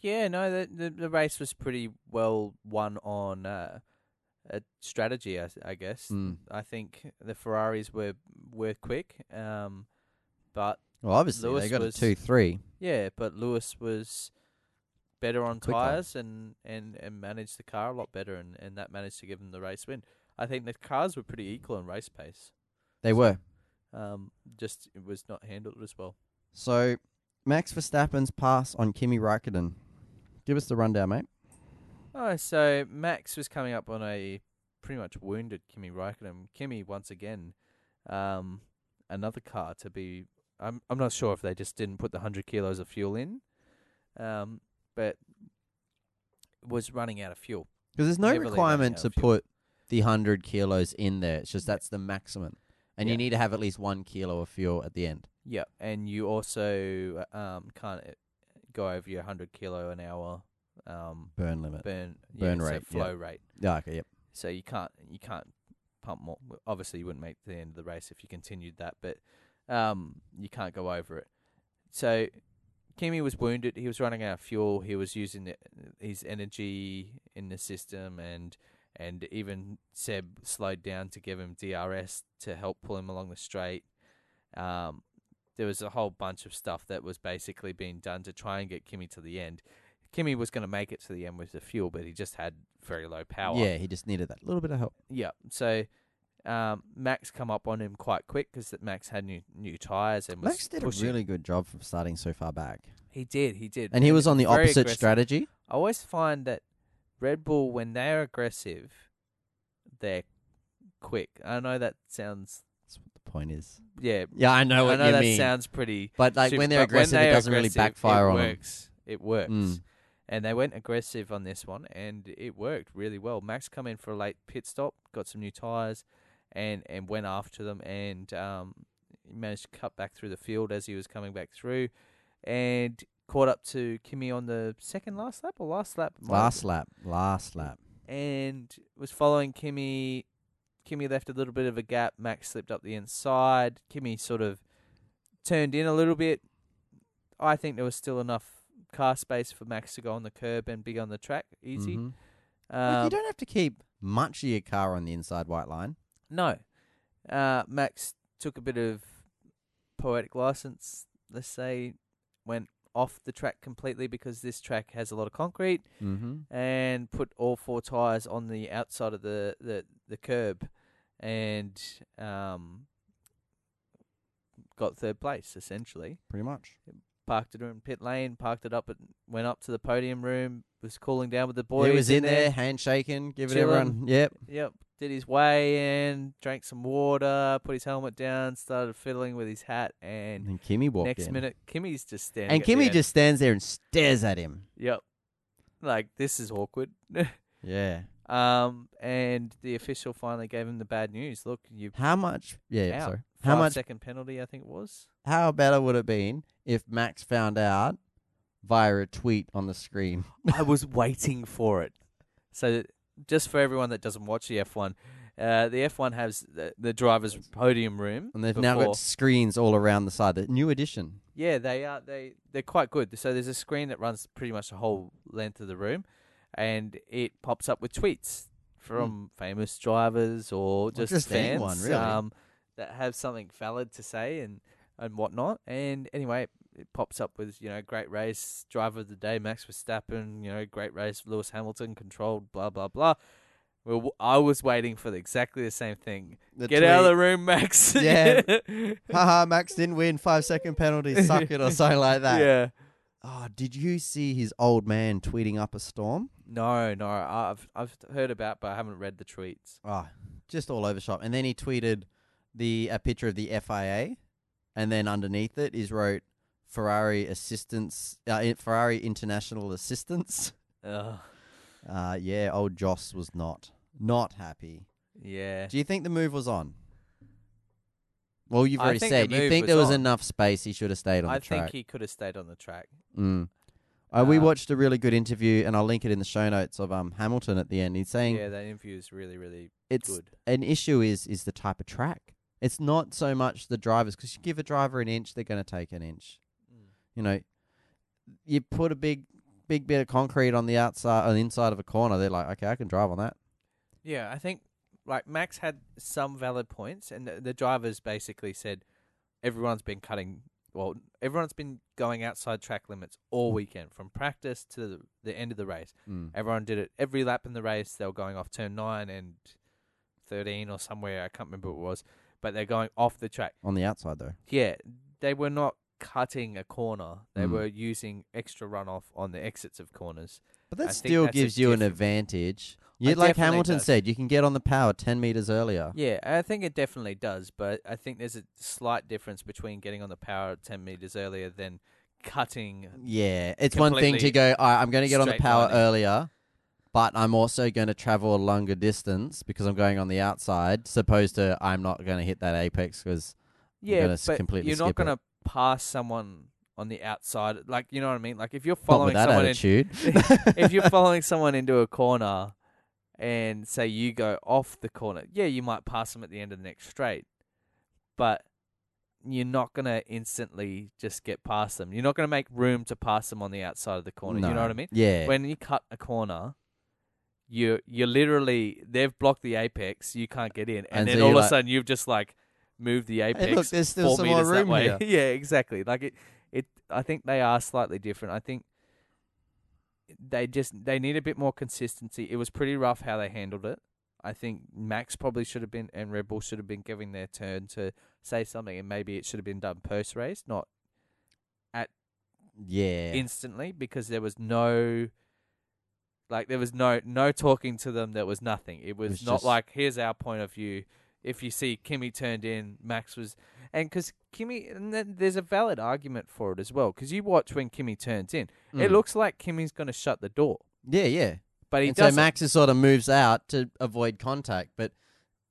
S2: yeah, no, the, the the race was pretty well won on uh, a strategy, I, s- I guess.
S1: Mm.
S2: I think the Ferraris were were quick, um, but
S1: well, obviously
S2: Lewis
S1: they got a
S2: was-
S1: two three.
S2: yeah, but Lewis was better on
S1: Quicker.
S2: tires and, and, and managed the car a lot better, and, and that managed to give him the race win. I think the cars were pretty equal in race pace.
S1: They were
S2: Um, just it was not handled as well.
S1: so. Max Verstappen's pass on Kimi Raikkonen. Give us the rundown, mate.
S2: Oh, so Max was coming up on a pretty much wounded Kimi Raikkonen. Kimi once again, um, another car to be. I'm I'm not sure if they just didn't put the hundred kilos of fuel in, um, but was running out of fuel.
S1: Because there's no
S2: Heavily running
S1: requirement
S2: out
S1: to
S2: of fuel.
S1: put the hundred kilos in there. It's just that's the maximum, and
S2: Yeah.
S1: you need to have at least one kilo of fuel at the end.
S2: Yeah, and you also um can't uh, go over your hundred kilo an hour um
S1: Burn limit.
S2: burn
S1: Burn
S2: yeah, so
S1: rate, yeah.
S2: flow rate.
S1: Yeah. Okay. Yep.
S2: So you can't you can't pump more. Well, Obviously, you wouldn't make the end of the race if you continued that, but um, you can't go over it. So Kimi was wounded. He was running out of fuel. He was using the, his energy in the system, and and even Seb slowed down to give him DRS to help pull him along the straight. Um, there was a whole bunch of stuff that was basically being done to try and get Kimi to the end. Kimi was going to make it to the end with the fuel, but he just had very low power.
S1: Yeah. He just needed that little bit of help.
S2: Yeah. So um, Max come up on him quite quick 'cause that Max had new new tires and was
S1: Max did
S2: pushing.
S1: a really good job from starting so far back,
S2: He did. He did.
S1: and he was on the
S2: very
S1: opposite
S2: aggressive.
S1: strategy.
S2: I always find that Red Bull when they're aggressive, they're quick. I know that sounds
S1: That's what the point is.
S2: yeah.
S1: Yeah, I know
S2: I
S1: what
S2: know
S1: you
S2: that
S1: mean.
S2: sounds pretty.
S1: but like
S2: stupid,
S1: when they're
S2: but
S1: aggressive,
S2: they're
S1: it doesn't really
S2: aggressive,
S1: backfire
S2: it
S1: on them.
S2: works. It works.
S1: Mm.
S2: And they went aggressive on this one, and it worked really well. Max come in for a late pit stop, got some new tires, and and went after them, and um, managed to cut back through the field as he was coming back through, and caught up to Kimi on the second last lap or last lap, Might-
S1: Last lap, last lap.
S2: and was following Kimi. Kimi left a little bit of a gap. Max slipped up the inside. Kimi sort of turned in a little bit. I think there was still enough car space for Max to go on the curb and be on the track easy.
S1: Mhm. Look,
S2: Um,
S1: you don't have to keep much of your car on the inside white line.
S2: no. Uh, Max took a bit of poetic license, let's say, went off the track completely because this track has a lot of concrete.
S1: Mm-hmm.
S2: and put all four tires on the outside of the the, the curb, and um, got third place essentially.
S1: Pretty much.
S2: Parked it in pit lane, parked it up, and went up to the podium room. Was cooling down with the boys.
S1: he was in there,
S2: there.
S1: handshaking, giving
S2: Chilling.
S1: everyone. Yep.
S2: Yep. Did his weigh in, drank some water, put his helmet down, started fiddling with his hat,
S1: And
S2: and
S1: then Kimmy walked
S2: next
S1: in.
S2: minute Kimmy's just standing.
S1: and
S2: at the
S1: Kimmy
S2: end.
S1: just stands there and stares at him.
S2: yep. Like this is awkward.
S1: Yeah.
S2: um, and the official finally gave him the bad news. Look, you
S1: How much? Yeah. yeah,
S2: out.
S1: Sorry.
S2: Five
S1: How much?
S2: second penalty, I think it was.
S1: How better would it been if Max found out via a tweet on the screen?
S2: I was waiting for it. So, just for everyone that doesn't watch the F1, uh, the F1 has the, the driver's podium room.
S1: And they've now
S2: before-
S1: got screens all around the side. The new edition.
S2: Yeah, they are. They they're quite good. So there's a screen that runs pretty much the whole length of the room, and it pops up with tweets from famous drivers or just,
S1: Hmm. just
S2: fans
S1: anyone, really.
S2: um, that have something valid to say and and whatnot. And anyway, it pops up with you know great race driver of the day Max Verstappen. You know great race Lewis Hamilton controlled blah blah blah. Well, w- I was waiting for exactly the same thing.
S1: The
S2: Get out of
S1: tweet,
S2: the room, Max.
S1: Yeah. Haha, Max didn't win. Five second penalty. Suck it or something like that.
S2: Yeah.
S1: Oh, did you see his old man tweeting up a storm?
S2: No, no, I've I've heard about, but I haven't read the tweets.
S1: Ah, just all over shop. And then he tweeted the a picture of the FIA, and then underneath it is wrote Ferrari assistance, uh, i- Ferrari international assistance.
S2: Ugh.
S1: Uh, yeah, old Joss was not not happy.
S2: Yeah,
S1: Do you think the move was on? Well, you've
S2: I
S1: already
S2: think the
S1: said you
S2: move
S1: think
S2: was
S1: there was
S2: on.
S1: enough space. He should have stayed on
S2: I
S1: the track.
S2: think he could have stayed on the track.
S1: Mm. Uh, we
S2: Um,
S1: watched a really good interview, and I'll link it in the show notes of um Hamilton at the end. He's saying
S2: Yeah, that interview is really, really
S1: it's
S2: good.
S1: an issue is is the type of track. It's not so much the drivers because you give a driver an inch, they're going to take an inch.
S2: Mm.
S1: You know, you put a big big bit of concrete on the outside on the inside of a corner, they're like, okay, I can drive on that.
S2: Yeah, I think like Max had some valid points, and the, the drivers basically said everyone's been cutting. Well, everyone's been going outside track limits all weekend, from practice to the, the end of the race.
S1: Mm.
S2: Everyone did it every lap in the race. They were going off turn nine and thirteen or somewhere. I can't remember what it was, but they're going off the track.
S1: On the outside though,
S2: yeah, they were not cutting a corner. They
S1: Mm.
S2: were using extra runoff on the exits of corners.
S1: but
S2: I
S1: that
S2: think
S1: still
S2: that's a
S1: gives you an
S2: different-
S1: advantage.
S2: I
S1: You, like
S2: definitely
S1: Hamilton
S2: does.
S1: said, you can get on the power ten meters earlier.
S2: Yeah, I think it definitely does, but I think there's a slight difference between getting on the power at 10 meters earlier than cutting.
S1: Yeah, it's one thing to
S2: Completely
S1: go. "All right, I'm going to get on the
S2: straight
S1: power
S2: lining.
S1: earlier, but I'm also going to travel a longer distance because I'm going on the outside. Supposed to, I'm not going to hit that apex because You're
S2: Yeah,
S1: gonna s-
S2: but
S1: completely
S2: you're not
S1: skip it.
S2: going to pass someone on the outside. Like, you know what I mean? Like, if you're
S1: not with
S2: following
S1: that
S2: someone in,
S1: attitude.
S2: if you're following someone into a corner and say you go off the corner, yeah, you might pass them at the end of the next straight, but you're not going to instantly just get past them. You're not going to make room to pass them on the outside of the corner. You
S1: No.
S2: know what I mean?
S1: Yeah,
S2: When you cut a corner, you you're literally they've blocked the apex. You can't get in, and,
S1: And
S2: then
S1: so
S2: all
S1: you're
S2: of
S1: like-
S2: a sudden you've just like moved the apex
S1: look, there's still
S2: four
S1: some more
S2: meters that
S1: room
S2: way.
S1: here.
S2: yeah, exactly. Like it, it. I think they are slightly different. I think they just they need a bit more consistency. It was pretty rough how they handled it. I think Max probably should have been and Red Bull should have been giving their turn to say something, and maybe it should have been done post race, not
S1: yeah,
S2: instantly, because there was no. Like there was no no talking to them. There was nothing. It was,
S1: was
S2: not
S1: just-
S2: like here's our point of view. If you see Kimmy turned in, Max was, and because Kimmy, and then there's a valid argument for it as well. Because you watch when Kimmy turns in, it
S1: Mm.
S2: looks like Kimmy's going to shut the door,
S1: yeah, yeah.
S2: but he
S1: And so
S2: doesn't.
S1: Max is sort of moves out to avoid contact, but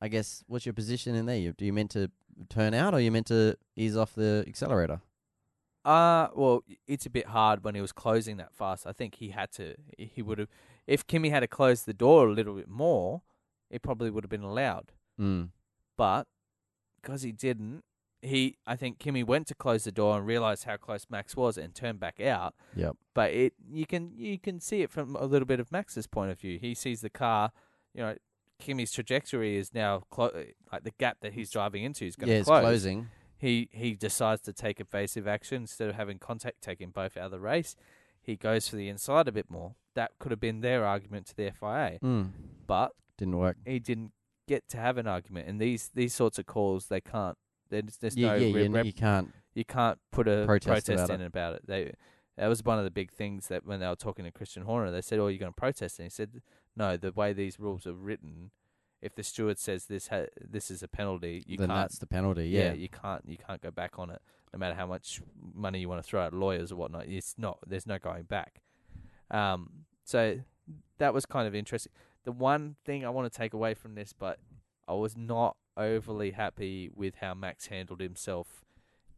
S1: I guess what's your position in there? You do you meant to turn out or you meant to ease off the accelerator?
S2: Uh well, it's a bit hard when he was closing that fast. I think he had to. He would have, if Kimmy had to close the door a little bit more, it probably would have been allowed.
S1: Mm.
S2: But because he didn't, he I think Kimmy went to close the door and realized how close Max was and turned back out.
S1: Yep.
S2: But it you can you can see it from a little bit of Max's point of view. He sees the car, you know, Kimmy's trajectory is now clo- like the gap that he's driving into is going to
S1: Yeah, it's
S2: close
S1: closing.
S2: he he decides to take evasive action instead of having contact taking both out of the race. He goes for the inside a bit more. That could have been their argument to the FIA,
S1: Mm.
S2: but
S1: Didn't work.
S2: he didn't get to have an argument. And these these sorts of calls, they can't. There's, there's
S1: yeah,
S2: no
S1: yeah,
S2: re-
S1: you,
S2: rep-
S1: you can't.
S2: you can't put a
S1: Protest
S2: protest,
S1: about
S2: in
S1: it.
S2: about it. They that was one of the big things that when they were talking to Christian Horner, they said, "Oh, you're going to protest," and he said, "No, the way these rules are written, if the steward says this ha- this is a penalty, you
S1: then
S2: can't.
S1: that's the penalty.
S2: yeah.
S1: Yeah,
S2: you can't you can't go back on it, no matter how much money you want to throw at lawyers or whatnot. It's not there's no going back. Um, so that was kind of interesting. The one thing I want to take away from this, but I was not overly happy with how Max handled himself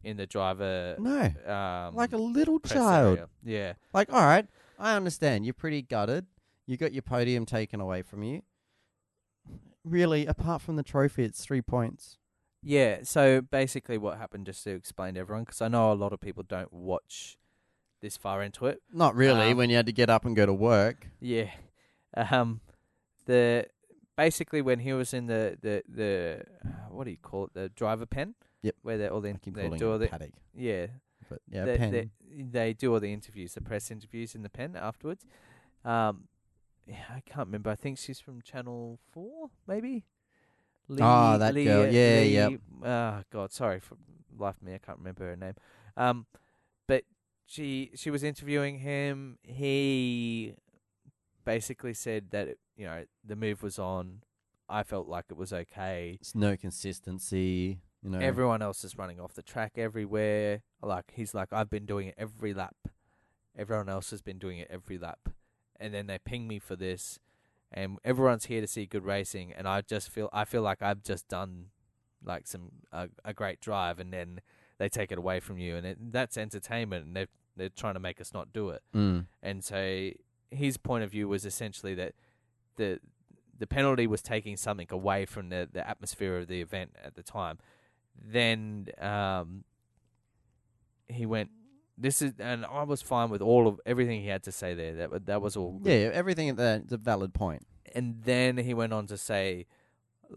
S2: in the driver
S1: no,
S2: um,
S1: like a little
S2: press
S1: child.
S2: area. Yeah,
S1: Like, all right, I understand. You're pretty gutted. You got your podium taken away from you. Really, apart from the trophy, it's three points.
S2: yeah. So basically, what happened, just to explain to everyone, because I know a lot of people don't watch this far into it.
S1: Not really.
S2: Um,
S1: when you had to get up and go to work.
S2: Yeah, um, the basically when he was in the the the uh, what do you call it, the driver pen.
S1: Yep.
S2: Where they all the
S1: I keep
S2: they
S1: calling
S2: do all
S1: it
S2: the
S1: paddock,
S2: yeah
S1: but yeah,
S2: they,
S1: pen.
S2: They, they do all the interviews, the press interviews in the pen afterwards. Um, yeah, I can't remember. I think she's from Channel Four, maybe. Lee,
S1: Ah, that girl. Yeah, yep.
S2: Ah, God, sorry for life of me, I can't remember her name. Um, but she she was interviewing him. He basically said that it, you know the move was on. I felt like it was okay.
S1: It's no consistency. You know,
S2: Everyone else is running off the track everywhere. Like he's like, I've been doing it every lap. Everyone else has been doing it every lap, and then they ping me for this, and everyone's here to see good racing, and I just feel I feel like I've just done like some a a great drive, and then they take it away from you, and it, that's entertainment, and they they're trying to make us not do it.
S1: Mm.
S2: And so his point of view was essentially that the the penalty was taking something away from the, the atmosphere of the event at the time. Then um, he went. This is, and I was fine with all of everything he had to say there. That wa- that was all.
S1: Yeah,
S2: good.
S1: everything at that is a valid point.
S2: And then he went on to say,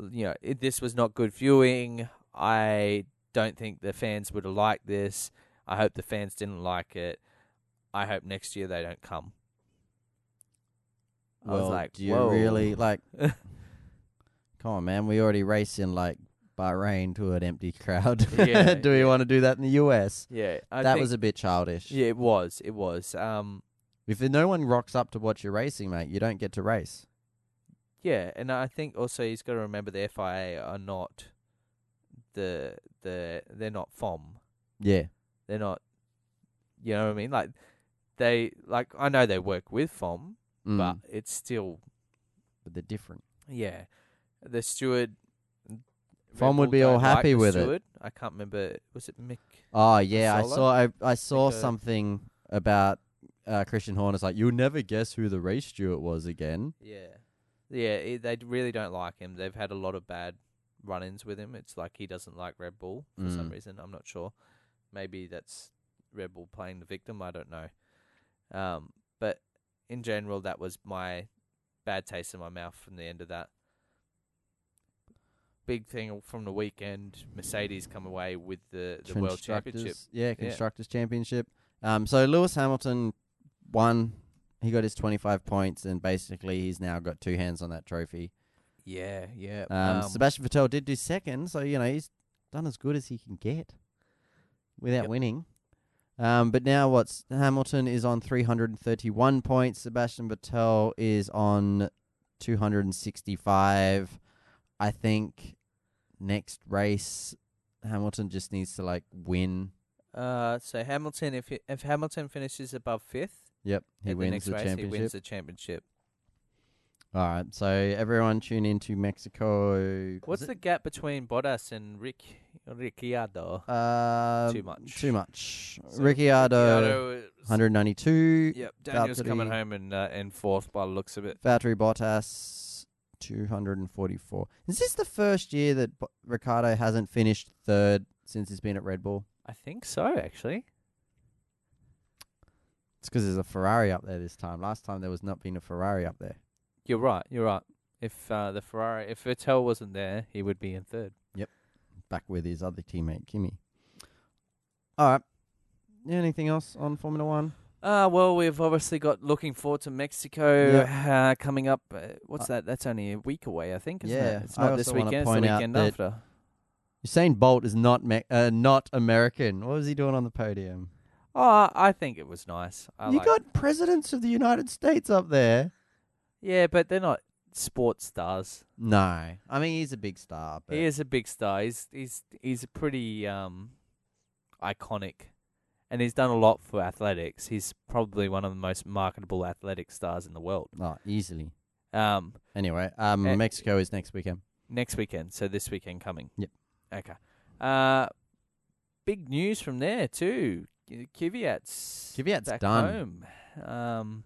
S2: you know, it, this was not good viewing. I don't think the fans would have liked this. I hope the fans didn't like it. I hope next year they don't come. I was
S1: Well,
S2: like,
S1: do you
S2: "Whoa."
S1: really like? come on, man. We already race in like Bahrain to an empty crowd.
S2: Yeah,
S1: do we
S2: yeah.
S1: want to do that in the US?
S2: Yeah, I
S1: that
S2: think-
S1: was a bit childish.
S2: Yeah, it was. It was. Um,
S1: If no one rocks up to watch your racing, mate, you don't get to race.
S2: yeah, and I think also he's got to remember the FIA are not the the they're not FOM.
S1: Yeah.
S2: They're not. You know what I mean? Like they like I know they work with FOM,
S1: Mm.
S2: but it's still
S1: but they're different.
S2: yeah. The steward. Red
S1: FOM would
S2: Bull
S1: be all
S2: don't like
S1: happy
S2: the
S1: with it.
S2: steward. I can't remember. Was it Mick?
S1: Oh yeah, I
S2: Solar?
S1: saw I, I saw
S2: Like a-
S1: something about uh, Christian Horner's like you'll never guess who the race steward was again.
S2: Yeah, yeah. i they d- really don't like him. They've had a lot of bad run-ins with him. It's like he doesn't like Red Bull for some
S1: Mm.
S2: reason. I'm not sure. Maybe that's Red Bull playing the victim. I don't know. Um, but in general, that was my bad taste in my mouth from the end of that. Big thing from the weekend: Mercedes come away with the, the world championship.
S1: Constructors- Yeah, constructors championship. Um, so Lewis Hamilton won. He got his twenty five points, and basically he's now got two hands on that trophy.
S2: Yeah, yeah.
S1: Um,
S2: um,
S1: Sebastian Vettel did do second, so you know he's done as good as he can get without
S2: Yep.
S1: winning. Um, but now what's Hamilton is on 331 points. Sebastian Vettel is on 265. I think next race Hamilton just needs to like win.
S2: uh, so Hamilton, if he, if Hamilton finishes above fifth,
S1: Yep, he
S2: at the
S1: wins
S2: next
S1: the,
S2: race,
S1: championship.
S2: He wins the championship.
S1: All right, so everyone tune in to Mexico.
S2: What's
S1: Is
S2: the
S1: it-
S2: gap between Bottas and Rick Ricciardo?
S1: uh,
S2: Too much.
S1: Too much.
S2: So
S1: Uh, Ricciardo,
S2: Ricciardo is-
S1: 192.
S2: Yep, Daniel's coming
S1: Valtteri.
S2: home in uh, in fourth by the looks of it.
S1: Valtteri Bottas, 244. Is this the first year that Bo- Ricardo hasn't finished third since he's been at Red Bull?
S2: I think so, actually.
S1: It's 'cause there's a Ferrari up there this time. Last time there was not been a Ferrari up there.
S2: You're right. You're right. If uh, the Ferrari, if Vettel wasn't there, he would be in third.
S1: Back with his other teammate, Kimi. All right. Anything else on Formula One?
S2: Uh, well, we've obviously got looking forward to Mexico uh, coming up. Uh, what's
S1: Uh,
S2: that? That's only a week away, I think, isn't
S1: yeah,
S2: it? It's
S1: I
S2: not this
S1: also wanna
S2: weekend. It's the
S1: point out
S2: weekend
S1: that-
S2: after.
S1: Usain Bolt is not me- uh, not American. What was he doing on the podium?
S2: Oh, I think it was nice. I
S1: you
S2: like-
S1: got presidents of the United States up there.
S2: yeah, but they're not sports stars.
S1: No, I mean he's a big star. But
S2: He is a big star. He's he's he's a pretty um iconic, and he's done a lot for athletics. He's probably one of the most marketable athletic stars in the world.
S1: oh, easily.
S2: Um,
S1: Anyway, um,
S2: Eh.
S1: Mexico is next weekend.
S2: next weekend, so this weekend coming.
S1: Yep.
S2: Okay. Uh, big news from there too. Ki- Kvyat's
S1: Kvyat's
S2: back
S1: done.
S2: home. Um,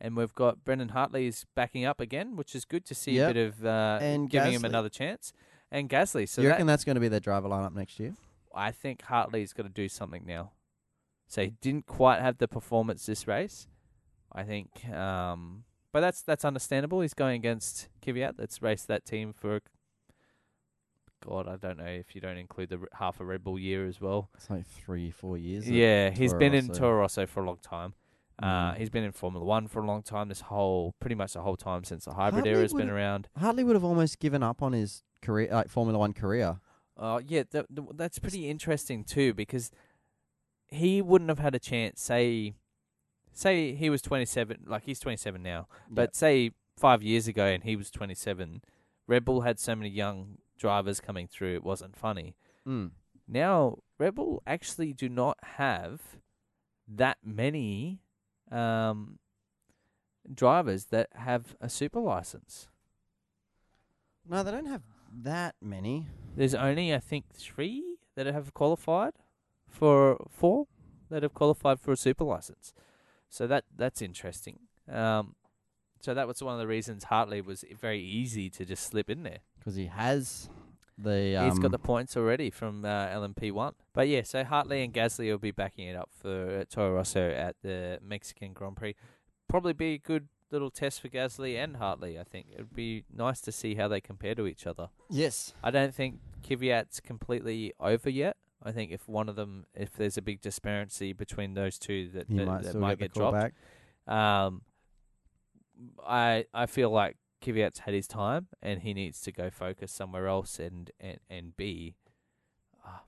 S2: and we've got Brendan Hartley's backing up again, which is good to see
S1: Yep.
S2: a bit of uh,
S1: And
S2: giving him
S1: Gasly.
S2: another chance. And Gasly, so
S1: you
S2: that-
S1: reckon that's going to be their driver lineup next year?
S2: I think Hartley's got to do something now. So he didn't quite have the performance this race. I think, um, but that's that's understandable. He's going against Kvyat. Let's race that team for. God, I don't know if you don't include the r- half a Red Bull year as well.
S1: It's like three, four years. of
S2: yeah, he's
S1: Toro
S2: been in
S1: Rosso.
S2: Toro Rosso for a long time. Uh,
S1: Mm.
S2: he's been in Formula One for a long time. This whole, pretty much the whole time since the hybrid
S1: Hartley
S2: era has been
S1: would've-
S2: around.
S1: Hartley would have almost given up on his career, like Formula One career.
S2: Uh, yeah, that, th- that's pretty interesting too because he wouldn't have had a chance. Say, say he was twenty seven, like he's twenty seven now, but say five years ago and he was twenty seven. Red Bull had so many young drivers coming through; it wasn't funny. Hmm.
S1: Mm.
S2: Now Red Bull actually do not have that many um, drivers that have a super license.
S1: No, they don't have that many.
S2: There's only I think three that have qualified for four that have qualified for a super license. So that that's interesting. Um, so that was one of the reasons Hartley was very easy to just slip in there.
S1: 'Cause he has the. Um,
S2: He's got the points already from uh, LMP one. But yeah, so Hartley and Gasly will be backing it up for uh, Toro Rosso at the Mexican Grand Prix. Probably be a good little test for Gasly and Hartley. I think it'd be nice to see how they compare to each other.
S1: yes.
S2: I don't think Kvyat's completely over yet. I think if one of them, if there's a big disparity between those two, that
S1: He
S2: that,
S1: might
S2: that
S1: still get,
S2: might get
S1: the call
S2: dropped.
S1: back.
S2: Um, I I feel like Kvyat's had his time and he needs to go focus somewhere else and and and be uh,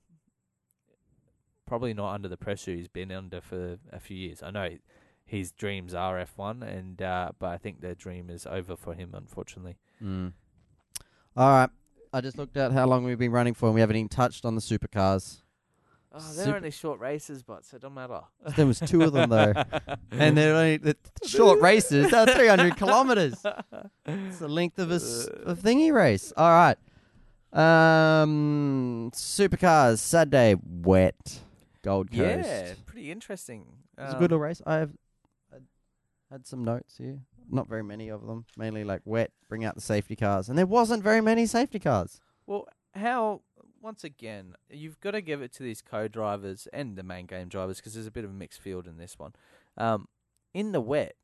S2: probably not under the pressure he's been under for a few years. I know his dreams are F one, and uh, but I think their dream is over for him, unfortunately.
S1: Mm. All right. I just looked at how long we've been running for, and we haven't even touched on the supercars.
S2: Oh,
S1: they're
S2: they're
S1: Super-
S2: only short races, but so it don't matter.
S1: There was two of them though, and they're only the short races. They're 300 kilometers. It's the length of a, s- a thingy race. All right. Um, supercars Saturday wet, Gold Coast.
S2: yeah, pretty interesting.
S1: It's a
S2: Um,
S1: good little race. I have I had some notes here. Not very many of them. Mainly like wet, bring out the safety cars. And there wasn't very many safety cars.
S2: Well, how once again you've got to give it to these co-drivers and the main game drivers because there's a bit of a mixed field in this one. Um, in the wet,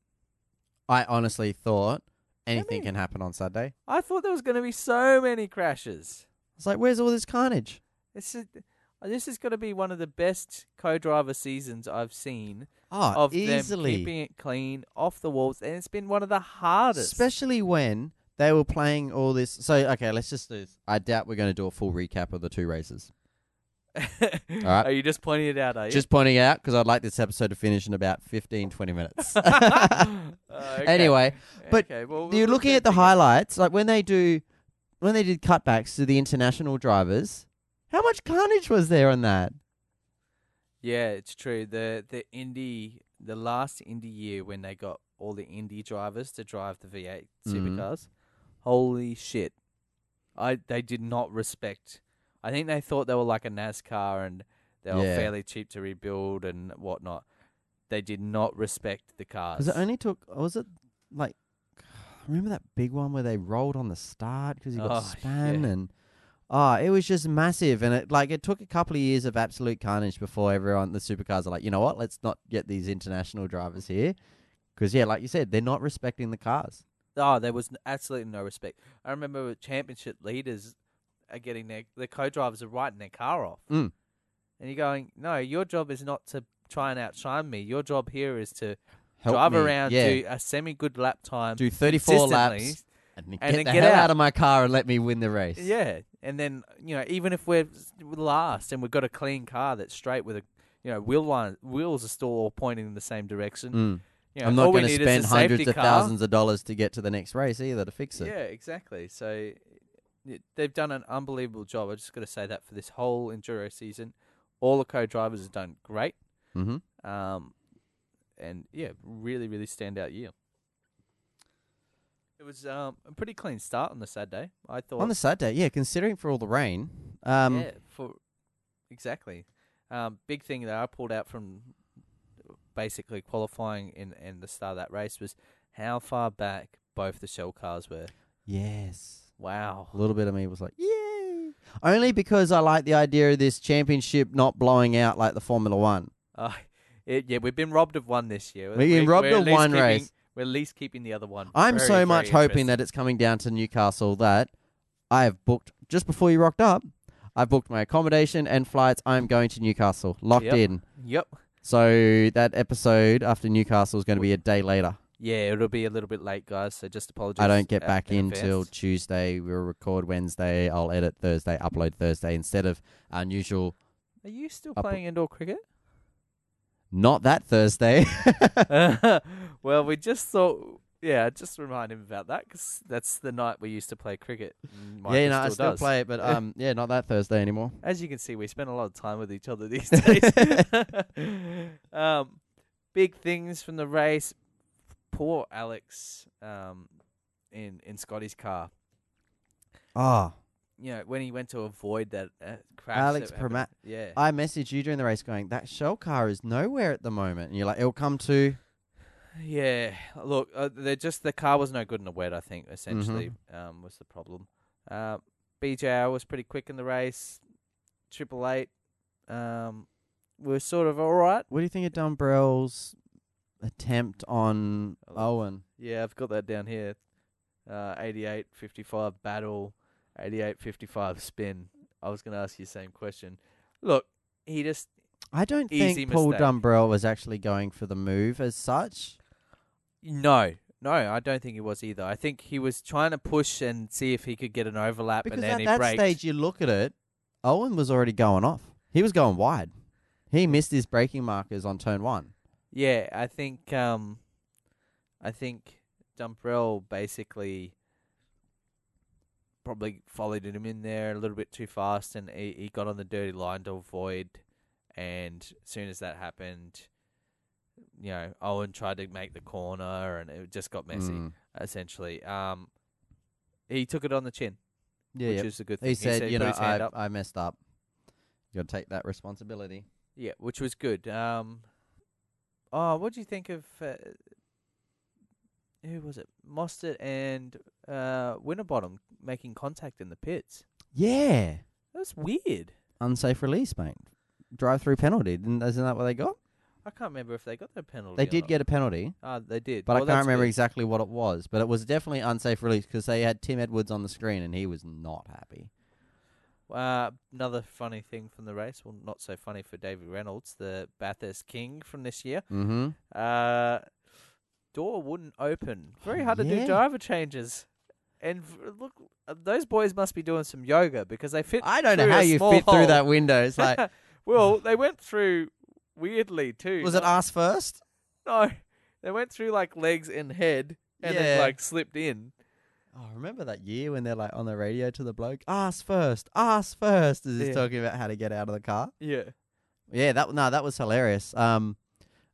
S1: I honestly thought anything
S2: mean-
S1: can happen on Saturday.
S2: I thought there was going to be so many crashes.
S1: It's like, where's all this carnage?
S2: This is this is going to be one of the best co-driver seasons I've seen
S1: Oh,
S2: of them
S1: easily.
S2: keeping it clean off the walls, and it's been one of the hardest.
S1: Especially when they were playing all this. So, okay, let's just do this. I doubt we're going to do a full recap of the two races.
S2: Are Oh, you just pointing it out? Are you?
S1: Just pointing out because I'd like this episode to finish in about 15, 20 minutes.
S2: Oh, okay.
S1: Anyway, but
S2: Okay, well,
S1: you're
S2: we'll
S1: looking
S2: do
S1: at the
S2: it together.
S1: highlights, like when they do, when they did cutbacks to the international drivers. How much carnage was there on that?
S2: Yeah, it's true. The the indie the last indie year when they got all the indie drivers to drive the V8
S1: Mhm.
S2: supercars. Holy shit. I they did not respect. I think they thought they were like a NASCAR and they were
S1: Yeah.
S2: fairly cheap to rebuild and whatnot. They did not respect the cars.
S1: Because it only took, was it like, remember that big one where they rolled on the start because you got
S2: Oh,
S1: span
S2: yeah.
S1: and. Oh, it was just massive, and it like it took a couple of years of absolute carnage before everyone the supercars are like, you know what? Let's not get these international drivers here, because yeah, like you said, they're not respecting the cars.
S2: Oh, there was n- absolutely no respect. I remember with championship leaders are getting their the co-drivers are writing their car off,
S1: Mm.
S2: and you're going, no, your job is not to try and outshine me. Your job here is to
S1: Help
S2: drive
S1: me.
S2: around,
S1: yeah,
S2: do a semi-good lap time,
S1: do thirty four
S2: consistently.
S1: laps, and,
S2: and
S1: get
S2: then
S1: the
S2: get
S1: hell out.
S2: out.
S1: of my car and let me win the race.
S2: Yeah, and then you know even if we're s- last and we've got a clean car that's straight with a you know wheel line wheels are still all pointing in the same direction.
S1: Mm.
S2: You know,
S1: I'm not
S2: all we
S1: going to
S2: need is a
S1: spend hundreds
S2: safety
S1: of
S2: car.
S1: thousands of dollars to get to the next race either to fix it.
S2: Yeah, exactly. So y- they've done an unbelievable job. I just got to say that for this whole enduro season, all the co-drivers have done great.
S1: Mm-hmm.
S2: Um, and yeah, really, really standout year. It was um, a pretty clean start on the Saturday. I thought
S1: On the Saturday, yeah, considering for all the rain, um,
S2: yeah, for exactly. Um, big thing that I pulled out from basically qualifying in and the start of that race was how far back both the shell cars were.
S1: yes,
S2: Wow.
S1: a little bit of me was like, yay, only because I like the idea of this championship not blowing out like the Formula One.
S2: Uh, it, yeah, we've been robbed of one this year.
S1: We've been
S2: We-
S1: robbed
S2: we're at
S1: of
S2: least
S1: one
S2: keeping-
S1: race.
S2: We're at least keeping the other one.
S1: I'm
S2: Very,
S1: so
S2: very
S1: much hoping
S2: interesting.
S1: that it's coming down to Newcastle that I have booked just before you rocked up. I've booked my accommodation and flights. I'm going to Newcastle, locked
S2: Yep.
S1: in.
S2: Yep.
S1: So that episode after Newcastle is going to be a day later.
S2: Yeah, it'll be a little bit late, guys. So just apologies.
S1: I don't get
S2: a-
S1: back in
S2: advance.
S1: till Tuesday. We'll record Wednesday. I'll edit Thursday, upload Thursday instead of our usual
S2: Are you still
S1: up-
S2: playing indoor cricket?
S1: not that Thursday.
S2: well, we just thought. Yeah, just remind him about that because that's the night we used to play cricket. Mm, and
S1: yeah, you
S2: Michael
S1: know, I still
S2: does.
S1: play it, but um, yeah, not that Thursday anymore.
S2: As you can see, we spend a lot of time with each other these days. um, big things from the race. Poor Alex um, in in Scotty's car.
S1: Ah,
S2: You know, when he went to avoid that uh, crash.
S1: Alex
S2: that happened-
S1: Permat.
S2: Yeah.
S1: I messaged you during the race going, that shell car is nowhere at the moment. And you're like, it'll come to.
S2: Yeah, look, uh, they just the car was no good in the wet. I think essentially um, was the problem. Uh, BJR was pretty quick in the race. Triple Eight, um, were sort of all right.
S1: What do you think of Dumbrell's attempt on Owen?
S2: Yeah, I've got that down here. Uh, 88, 55 battle, 88, 55 spin. I was going to ask you the same question. Look, he just
S1: I don't
S2: Easy
S1: think Paul
S2: mistake.
S1: Dumbrell was actually going for the move as such.
S2: no, no. I don't think he was either. I think he was trying to push and see if he could get an overlap,
S1: Because
S2: and then
S1: at
S2: he
S1: that
S2: braked.
S1: stage, you look at it, Owen was already going off. He was going wide. He missed his braking markers on turn one.
S2: Yeah, I think um, I think Dumbrell basically probably followed him in there a little bit too fast, and he, he got on the dirty line to avoid. And as soon as that happened, you know, Owen tried to make the corner, and it just got messy.
S1: Mm.
S2: Essentially, um, he took it on the chin,
S1: Yeah,
S2: which
S1: yep.
S2: is a good thing.
S1: he said, you
S2: put
S1: know,
S2: his hand
S1: I,
S2: up.
S1: I messed up. You got to take that responsibility.
S2: Yeah, which was good. Um, oh, what do you think of uh, who was it? Mostert and uh, Winterbottom making contact in the pits.
S1: Yeah.
S2: That was weird.
S1: Unsafe release, mate. Drive through penalty. Didn't, isn't that what they got?
S2: I can't remember if they got their penalty.
S1: They
S2: or
S1: did
S2: not.
S1: get a penalty.
S2: Ah, they did.
S1: But
S2: Well,
S1: I can't
S2: that's
S1: remember
S2: good.
S1: exactly what it was. But it was definitely unsafe release because they had Tim Edwards on the screen and he was not happy.
S2: Uh, another funny thing from the race. Well, not so funny for David Reynolds, the Bathurst King from this year.
S1: Mm-hmm.
S2: Uh, door wouldn't open. Very hard to
S1: Yeah.
S2: do driver changes. And v- look, uh, those boys must be doing some yoga because they fit.
S1: I don't know
S2: through a
S1: how you
S2: small
S1: fit
S2: hole.
S1: through that window. It's like,
S2: well, they went through weirdly too.
S1: was it
S2: Not-
S1: ass first?
S2: No, they went through like legs and head, and then
S1: Yeah.
S2: like slipped in.
S1: Oh, remember that year when they're like on the radio to the bloke, ass first, ass first, as he's
S2: Yeah.
S1: talking about how to get out of the car.
S2: Yeah,
S1: Yeah, that no, that was hilarious. Um,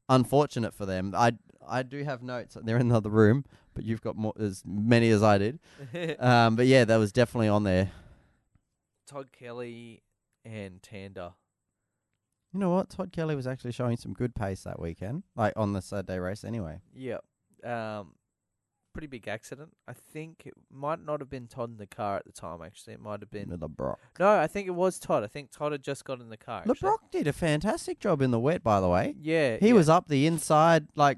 S1: unfortunate for them. I I do have notes. They're in the other room, but you've got more as many as I did.
S2: Uh,
S1: Um, but yeah, that was definitely on there.
S2: Todd Kelly and Tander.
S1: You know what? Todd Kelly was actually showing some good pace that weekend, like on the Saturday race anyway.
S2: Yeah, um, pretty big accident. I think it might not have been Todd in the car at the time. Actually, it might have been
S1: With LeBrock.
S2: No, I think it was Todd. I think Todd had just got in the car. actually.
S1: LeBrock did a fantastic job in the wet, by the way.
S2: Yeah,
S1: He
S2: yeah.
S1: was up the inside, like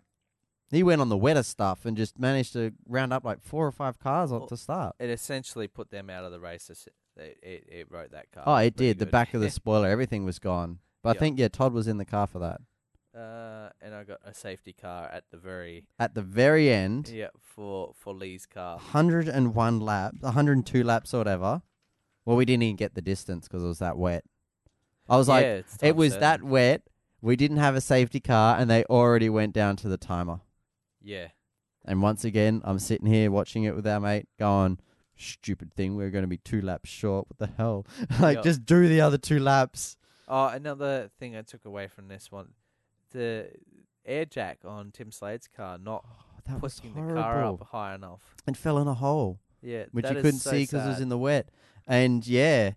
S1: he went on the wetter stuff and just managed to round up like four or five cars
S2: Well,
S1: off to start.
S2: It essentially put them out of the race. as It, it, it, it wrote that car.
S1: Oh, it
S2: uh, Pretty
S1: did. The
S2: good.
S1: back of the spoiler, everything was gone. But
S2: Yeah.
S1: I think yeah, Todd was in the car for that
S2: uh, and I got a safety car at the very
S1: at the very end.
S2: yeah for for Lee's car.
S1: Hundred and one laps, hundred and two laps or whatever. Well, we didn't even get the distance because it was that wet. I was like,
S2: Yeah, it's
S1: it
S2: time
S1: was
S2: certain.
S1: that wet. We didn't have a safety car, and they already went down to the timer.
S2: Yeah.
S1: And once again, I'm sitting here watching it with our mate, going, "Stupid thing, we're going to be two laps short. What the hell? like,
S2: Yeah.
S1: just do the other two laps."
S2: Oh, another thing I took away from this one, the air jack on Tim Slade's car not
S1: Oh, That was
S2: pushing the car
S1: horrible.
S2: up high enough.
S1: And fell in a hole.
S2: Yeah,
S1: which
S2: that
S1: you
S2: is
S1: couldn't
S2: so
S1: see because it was
S2: sad.
S1: in the wet. And yeah,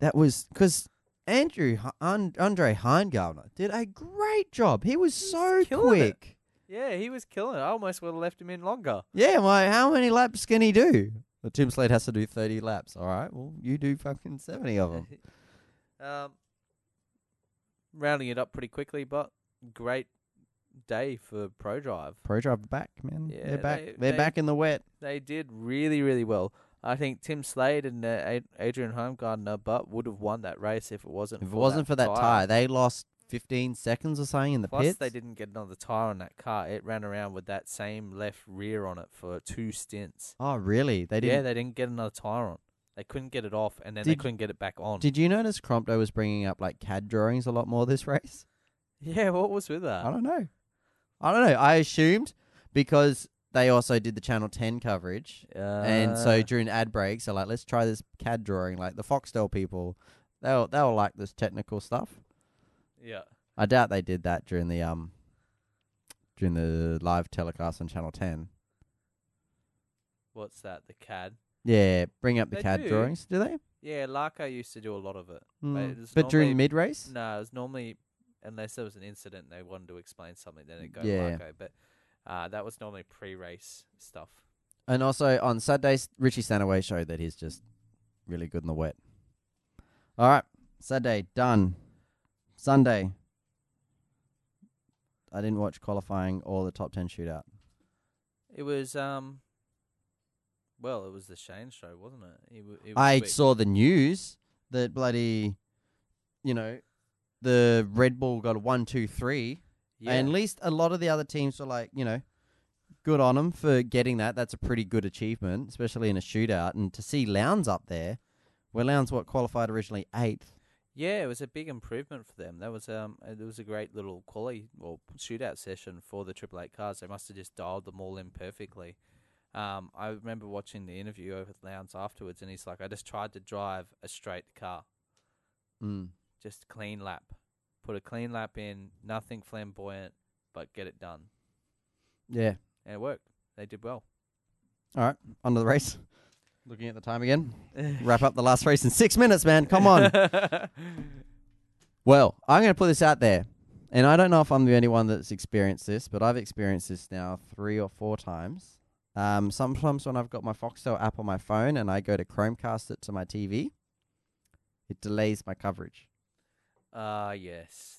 S1: that was because Andrew H- An- Andre Heingartner did a great job. He was so
S2: killing it.
S1: quick.
S2: Yeah, he was killing it. I almost would have left him in longer.
S1: Yeah, my how many laps can he do? The Tim Slade has to do thirty laps. All right, well you do fucking seventy of them.
S2: um, rounding it up pretty quickly, but great day for ProDrive.
S1: Pro driver back, man.
S2: Yeah,
S1: they're back.
S2: they-
S1: they're
S2: they-
S1: back in the wet.
S2: They did really, really well. I think Tim Slade and uh, Ad- Adrian Heimgardner, but would have won that race if it wasn't
S1: If it
S2: for
S1: wasn't for that
S2: tire.
S1: tie, they lost fifteen seconds or something in the
S2: Plus,
S1: pits.
S2: they didn't get another tire on that car. It ran around with that same left rear on it for two stints.
S1: Oh, really? They didn't.
S2: Yeah, they didn't get another tire on. They couldn't get it off, and then they
S1: Did-
S2: couldn't get it back on.
S1: Did you notice Crompto was bringing up like CAD drawings a lot more this race?
S2: yeah, what was with that?
S1: I don't know. I don't know. I assumed because they also did the Channel 10 coverage. and so
S2: Uh,
S1: during ad breaks, they're like, let's try this CAD drawing. Like the Foxtel people, they'll, they'll like this technical stuff.
S2: yeah,
S1: I doubt they did that during the um during the live telecast on Channel 10.
S2: what's that? The CAD.
S1: Yeah, bring up the
S2: They
S1: CAD
S2: do.
S1: drawings, do they?
S2: Yeah, Larko used to do a lot of it.
S1: Mm.
S2: it's
S1: But during
S2: normally-
S1: mid race?
S2: No, it was normally unless there was an incident and they wanted to explain something, then it go
S1: Yeah.
S2: Larko. But uh, that was normally pre-race stuff.
S1: And also on Saturdays, Richie Sanaway showed that he's just really good in the wet. All right, Saturday done. Sunday, I didn't watch qualifying or the top ten shootout.
S2: It was um. Well, it was the Shane show, wasn't it? It, wa- it was
S1: I
S2: weak.
S1: saw the news that bloody, you know, the Red Bull got a one, two, three,
S2: Yeah.
S1: and at least a lot of the other teams were like, you know, good on them for getting that. That's a pretty good achievement, especially in a shootout. And to see Lowndes up there, where Lowndes what qualified originally eighth.
S2: Yeah, it was a big improvement for them. That was um, uh, it was a great little quali or shootout session for the Triple Eight cars. They must have just dialed them all in perfectly. Um, I remember watching the interview over at Lowndes afterwards, and he's like, "I just tried to drive a straight car,
S1: Mm.
S2: just clean lap, put a clean lap in, nothing flamboyant, but get it done."
S1: Yeah.
S2: And it worked. They did well.
S1: Onto the race. Looking at the time again. Wrap up the last race in six minutes, man. Come on. well, I'm going to put this out there. And I don't know if I'm the only one that's experienced this, but I've experienced this now three or four times. Um, sometimes when I've got my Foxtel app on my phone and I go to Chromecast it to my TV, it delays my coverage.
S2: Ah, yes.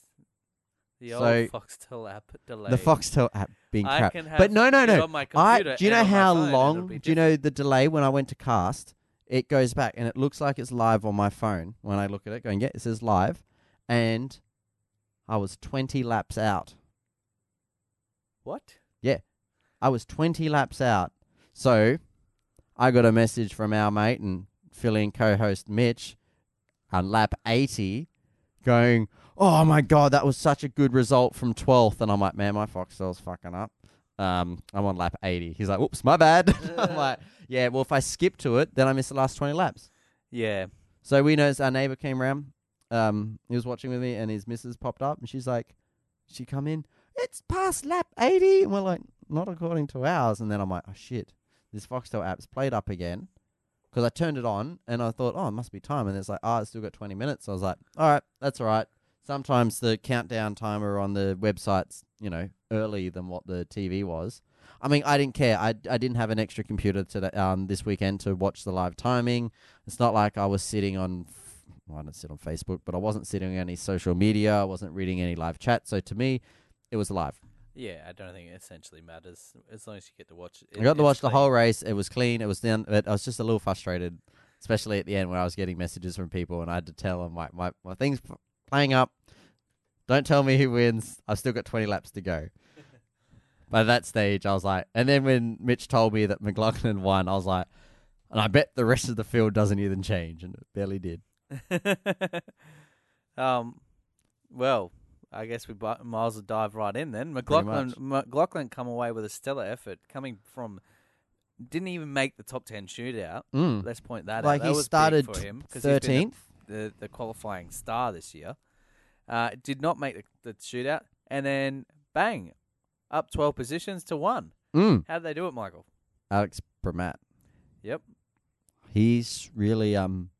S2: The
S1: So-
S2: old Foxtel app delay.
S1: The Foxtel app being
S2: I
S1: crap.
S2: can
S1: But
S2: have
S1: no, no,
S2: it
S1: no.
S2: on my
S1: I,
S2: computer
S1: do you
S2: and
S1: know
S2: on my
S1: how
S2: phone, and it'll
S1: long?
S2: be
S1: Do you know the delay when I went to cast? It goes back and it looks like it's live on my phone when I look at it, going, yeah, it says live. And I was 20 laps out.
S2: What?
S1: I was 20 laps out. So I got a message from our mate and fill in co host Mitch on lap 80 going, Oh my God, that was such a good result from 12th. And I'm like, Man, my Foxtel's fucking up. Um, I'm on lap 80. He's like, Whoops, my bad. I'm like, Yeah, well, if I skip to it, then I miss the last 20 laps.
S2: Yeah.
S1: So we noticed our neighbor came round. Um, he was watching with me, and his missus popped up, and she's like, "She come in. It's past lap 80. and we're like, "Not according to ours." And then I'm like, "Oh shit, this Foxtel app's played up again." Because I turned it on, and I thought, "Oh, it must be time." And it's like, "Oh, it's still got 20 minutes." So I was like, "All right, that's all right." Sometimes the countdown timer on the website's, you know, early than what the TV was. I mean, I didn't care. I, I didn't have an extra computer today, um, this weekend to watch the live timing. It's not like I was sitting on, f- well, I didn't sit on Facebook, but I wasn't sitting on any social media. I wasn't reading any live chat. So to me, it was live.
S2: Yeah, I don't think it essentially matters as long as you get to watch.
S1: I got to watch the whole race. It was clean. It was down. But I was just a little frustrated, especially at the end where I was getting messages from people and I had to tell them, like, my, my thing's p- playing up. Don't tell me who wins. I've still got 20 laps to go. By that stage, I was like, and then when Mitch told me that McLaughlin won, I was like, And I bet the rest of the field doesn't even change, and it barely did.
S2: um, well, I guess we bu- might as well dive right in then. McLaughlin, McLaughlin come away with a stellar effort, coming from didn't even make the top ten shootout.
S1: Mm.
S2: Let's point that
S1: Like
S2: out. That
S1: he
S2: was big
S1: started
S2: for him 'cause he's been the-
S1: 13th.
S2: the, the qualifying star this year. Uh, did not make the, the shootout, and then bang, up twelve positions to one.
S1: Mm.
S2: How did they do it, Michael?
S1: Alex Bramat.
S2: Yep.
S1: He's really um.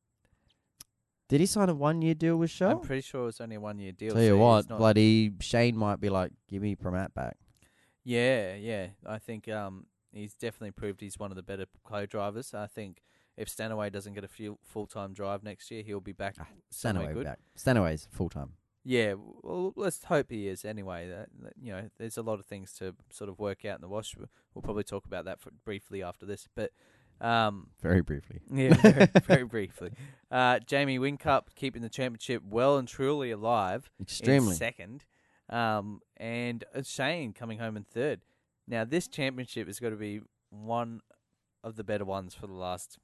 S1: Did he sign a one-year deal with Shell?
S2: I'm pretty sure it was only a one year deal.
S1: Tell you
S2: so he's
S1: what,
S2: not-
S1: bloody Shane might be like, give me Pramat back.
S2: Yeah, yeah. I think um he's definitely proved he's one of the better co-drivers. I think if Stanaway doesn't get a few full-time drive next year, he'll be back.
S1: Ah,
S2: somewhere
S1: Stanaway
S2: good.
S1: back. Stanaway's full time.
S2: Yeah, well, let's hope he is anyway. That, that- you know, there's a lot of things to sort of work out in the wash. We'll- We'll probably talk about that for, briefly after this, but um
S1: Very briefly.
S2: yeah, very, very briefly. Uh Jamie Wincup keeping the championship well and truly alive. in
S1: Extremely.
S2: second, um, and uh, Shane coming home in third. Now this championship is going to be one of the better ones for the last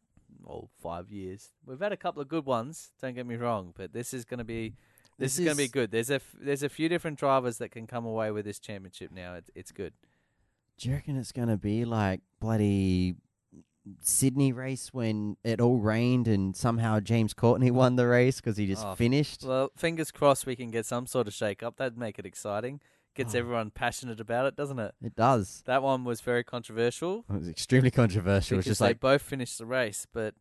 S2: well five years. We've had a couple of good ones, don't get me wrong, but this is going to be this, is, going to be good. There's a f- there's a few different drivers that can come away with this championship now. It, it's good.
S1: Do you reckon it's going to be like bloody Sydney race when it all rained and somehow James Courtney won the race because he just
S2: Oh,
S1: finished?
S2: Well, fingers crossed we can get some sort of shake up. That'd make it exciting. Gets
S1: Oh.
S2: everyone passionate about it, doesn't it?
S1: It does.
S2: That one was very controversial
S1: It was extremely controversial. It
S2: because
S1: was just
S2: they
S1: like,
S2: both finished the race, but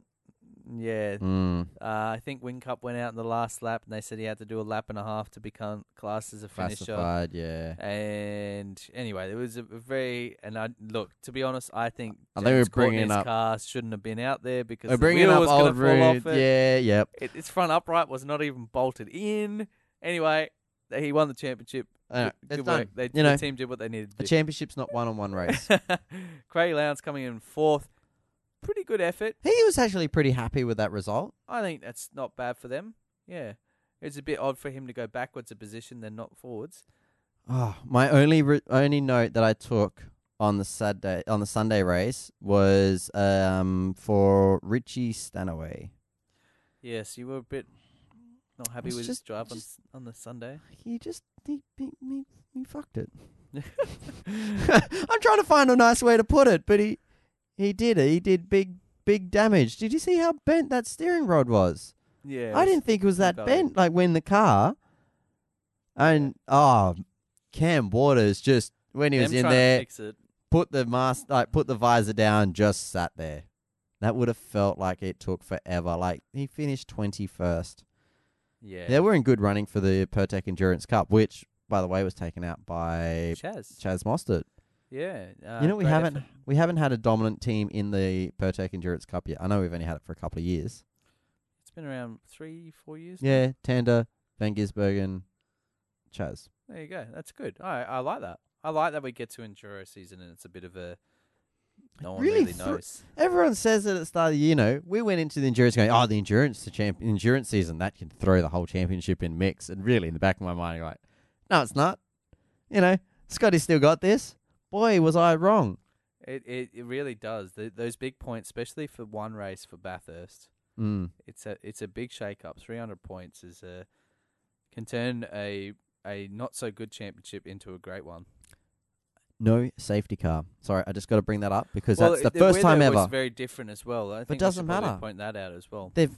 S2: yeah,
S1: mm,
S2: Uh, I think Wincup went out in the last lap, and they said he had to do a lap and a half to become classed as a finisher.
S1: classified, yeah.
S2: And anyway, there was a very and I look to be honest, I think
S1: I
S2: James
S1: think we're bringing
S2: Courtney's
S1: up-
S2: car shouldn't have been out there because
S1: They're
S2: the
S1: bringing
S2: wheel
S1: up
S2: was gonna
S1: old
S2: fall
S1: Rude.
S2: off it.
S1: Yeah, yep.
S2: It- Its front upright was not even bolted in. Anyway, he won the championship.
S1: Anyway,
S2: good
S1: it's
S2: good
S1: Uh, done.
S2: work. They,
S1: You know,
S2: the team did what they needed to
S1: The
S2: do.
S1: championship's not one-on-one race.
S2: Craig Lowndes coming in fourth. Pretty good effort.
S1: he was actually pretty happy with that result.
S2: I think that's not bad for them. Yeah. It's a bit odd for him to go backwards a position then not forwards.
S1: Oh, my only re- only note that I took on the Saturday on the Sunday race was um for Richie Stanaway.
S2: Yes, you were a bit not happy
S1: It's
S2: with his
S1: just-
S2: drive on,
S1: just-
S2: s- on the Sunday.
S1: He just he he, he, he fucked it. I'm trying to find a nice way to put it, but he he did it. He did big big damage. Did you see how bent that steering rod was?
S2: Yeah.
S1: I didn't think it was that
S2: rebellion.
S1: bent. Like when the car, and oh, Cam Waters just when he was in there,
S2: fix it.
S1: put the mask, like put the visor down, just sat there. That would have felt like it took forever. Like he finished twenty first.
S2: Yeah.
S1: They were in good running for the Pertec Endurance Cup, which, by the way, was taken out by
S2: Chaz.
S1: Chaz Mostert.
S2: Yeah. Uh,
S1: you know, we
S2: great
S1: haven't
S2: effort.
S1: we haven't had a dominant team in the Pertec Endurance Cup yet. I know we've only had it for a couple of years.
S2: It's been around three, four years. now.
S1: Yeah, Tander, Van Gisbergen, Chaz.
S2: There you go. That's good. I I like that. I like that we get to enduro season and it's a bit of a no one
S1: really
S2: really,
S1: thro-
S2: knows.
S1: Everyone says that at the start of the year, you know, we went into the endurance going, oh, the endurance, the champ- endurance season, that can throw the whole championship in mix. And really, in the back of my mind, you're like, no, it's not. You know, Scotty still got this. Boy, was I wrong.
S2: It it, it really does. Th those big points, especially for one race for Bathurst.
S1: Mm.
S2: it's a it's a big shake up. Three hundred points is a can turn a a not so good championship into a great one.
S1: No safety car. Sorry, I just got to bring that up because that's
S2: it-
S1: the first
S2: weather
S1: time
S2: Was
S1: ever.
S2: very different as well. I think we
S1: doesn't
S2: should probably
S1: matter.
S2: Point that out as well.
S1: They've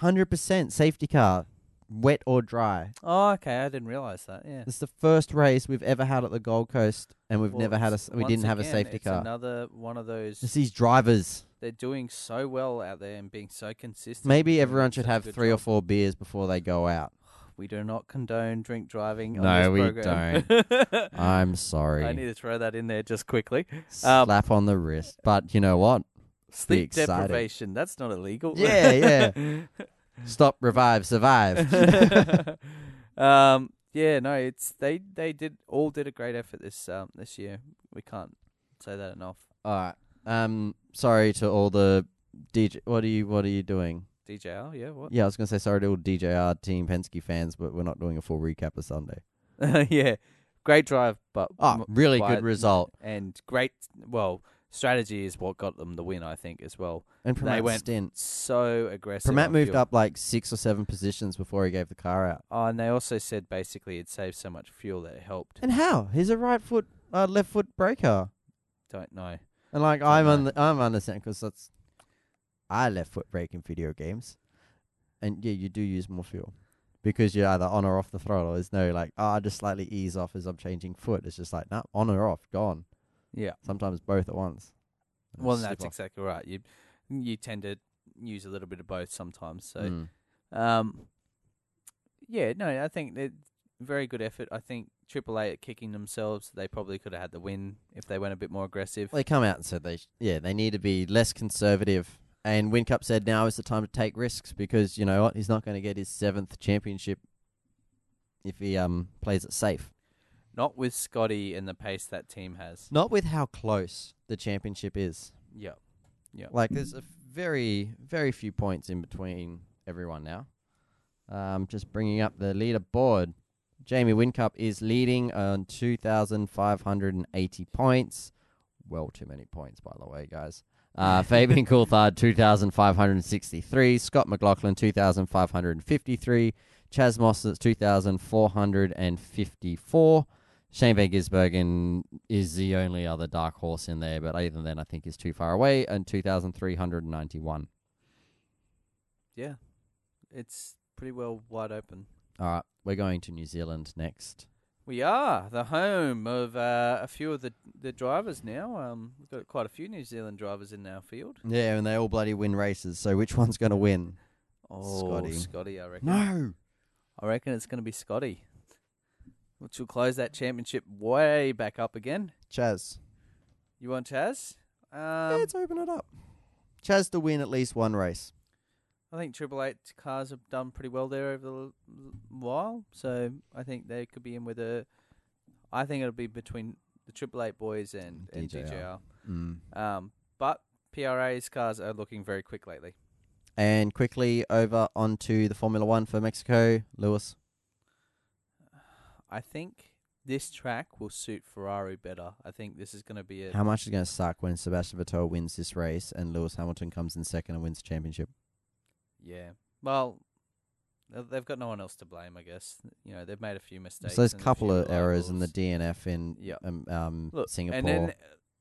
S1: 100% safety car, wet or dry.
S2: Oh, okay. I didn't realize that. Yeah.
S1: It's the first race we've ever had at the Gold Coast, and we've
S2: Well,
S1: never had a.
S2: it's-
S1: s- We
S2: once
S1: didn't have a
S2: again,
S1: safety
S2: it's
S1: car.
S2: Another one of
S1: It's
S2: those.
S1: these drivers.
S2: They're doing so well out there and being so consistent.
S1: Maybe
S2: and
S1: everyone
S2: doing
S1: should
S2: such a
S1: have
S2: good
S1: three or
S2: job.
S1: four beers before they go out.
S2: We do not condone drink driving.
S1: No,
S2: on
S1: we
S2: this program. don't.
S1: I'm
S2: I need
S1: sorry.
S2: to throw that in there just quickly.
S1: Slap on the wrist. But you know what?
S2: Sleep
S1: excited.
S2: deprivation. That's not illegal.
S1: Yeah, yeah. Stop, revive, survive.
S2: um, yeah, no, it's they they did all did a great effort this um this year. We can't say that enough.
S1: all right. Um, sorry to all the DJ. What are you? What are you doing?
S2: DJR, yeah, what?
S1: Yeah, I was gonna say sorry to all DJR Team Penske fans, but we're not doing a full recap of Sunday.
S2: Yeah, great drive, but
S1: Oh,
S2: m-
S1: really
S2: by-
S1: good result.
S2: and great. Well, strategy is what got them the win, I think, as well.
S1: And Pramat
S2: went
S1: stint.
S2: So aggressive.
S1: Pramat
S2: on
S1: moved
S2: fuel.
S1: up like six or seven positions before he gave the car out.
S2: Oh, and they also said basically it saved so much fuel that it helped.
S1: And how? He's a right foot, uh, left foot breaker.
S2: Don't know.
S1: And like I'm
S2: know.
S1: on, the, I'm understanding because that's I left foot brake in video games, and yeah, you do use more fuel because you're either on or off the throttle. There's no like, oh, I just slightly ease off as I'm changing foot. It's just like, nah, on or off, gone.
S2: Yeah.
S1: Sometimes both at once. And
S2: Well,
S1: slip
S2: that's
S1: off.
S2: exactly right. You you tend to use a little bit of both sometimes. So.
S1: Mm.
S2: Um, yeah, no, I think that very good effort. I think Triple A at kicking themselves, they probably could have had the win if they went a bit more aggressive.
S1: Well, they come out and said they, sh- yeah, they need to be less conservative. And Wincup said now is the time to take risks because you know what, he's not going to get his seventh championship if he um plays it safe.
S2: Not with Scotty and the pace that team has.
S1: Not with how close the championship is.
S2: Yeah,
S1: Like there's a very very few points in between everyone now. Um, just bringing up the leaderboard. Jamie Wincup is leading on 2,580 points. Well, too many points, by the way, guys. Uh, Fabian Coulthard, 2,563. Scott McLaughlin, 2,553. Chaz Mossets, 2,454. Shane Van Gisbergen is the only other dark horse in there, but even then, I think is too far away, and 2,391.
S2: yeah, it's pretty well wide open.
S1: All right, we're going to New Zealand next.
S2: We are the home of uh, a few of the the drivers now. Um, we've got quite a few New Zealand drivers in our field.
S1: Yeah, and they all bloody win races, so which one's going to win?
S2: Oh,
S1: Scotty.
S2: Scotty, I reckon.
S1: No!
S2: I reckon it's going to be Scotty, which will close that championship way back up again.
S1: Chaz.
S2: You want Chaz? Um,
S1: Yeah, Let's open it up. Chaz to win at least one race.
S2: I think Triple Eight cars have done pretty well there over the l- l- while, so I think they could be in with a. I think it'll be between the Triple Eight boys and and
S1: DJR.
S2: DJR.
S1: Mm.
S2: Um, but PRA's cars are looking very quick lately.
S1: And quickly over onto the Formula One for Mexico, Lewis.
S2: I think this track will suit Ferrari better. I think this is going to be a
S1: How much is going to suck when Sebastian Vettel wins this race and Lewis Hamilton comes in second and wins the championship?
S2: yeah. Well, they- they've got no one else to blame, I guess. You know, they've made a few mistakes.
S1: so there's a
S2: and
S1: couple
S2: few
S1: of errors in the
S2: reliables.
S1: DNF in
S2: Yeah.
S1: um, um,
S2: Look,
S1: Singapore.
S2: And then uh,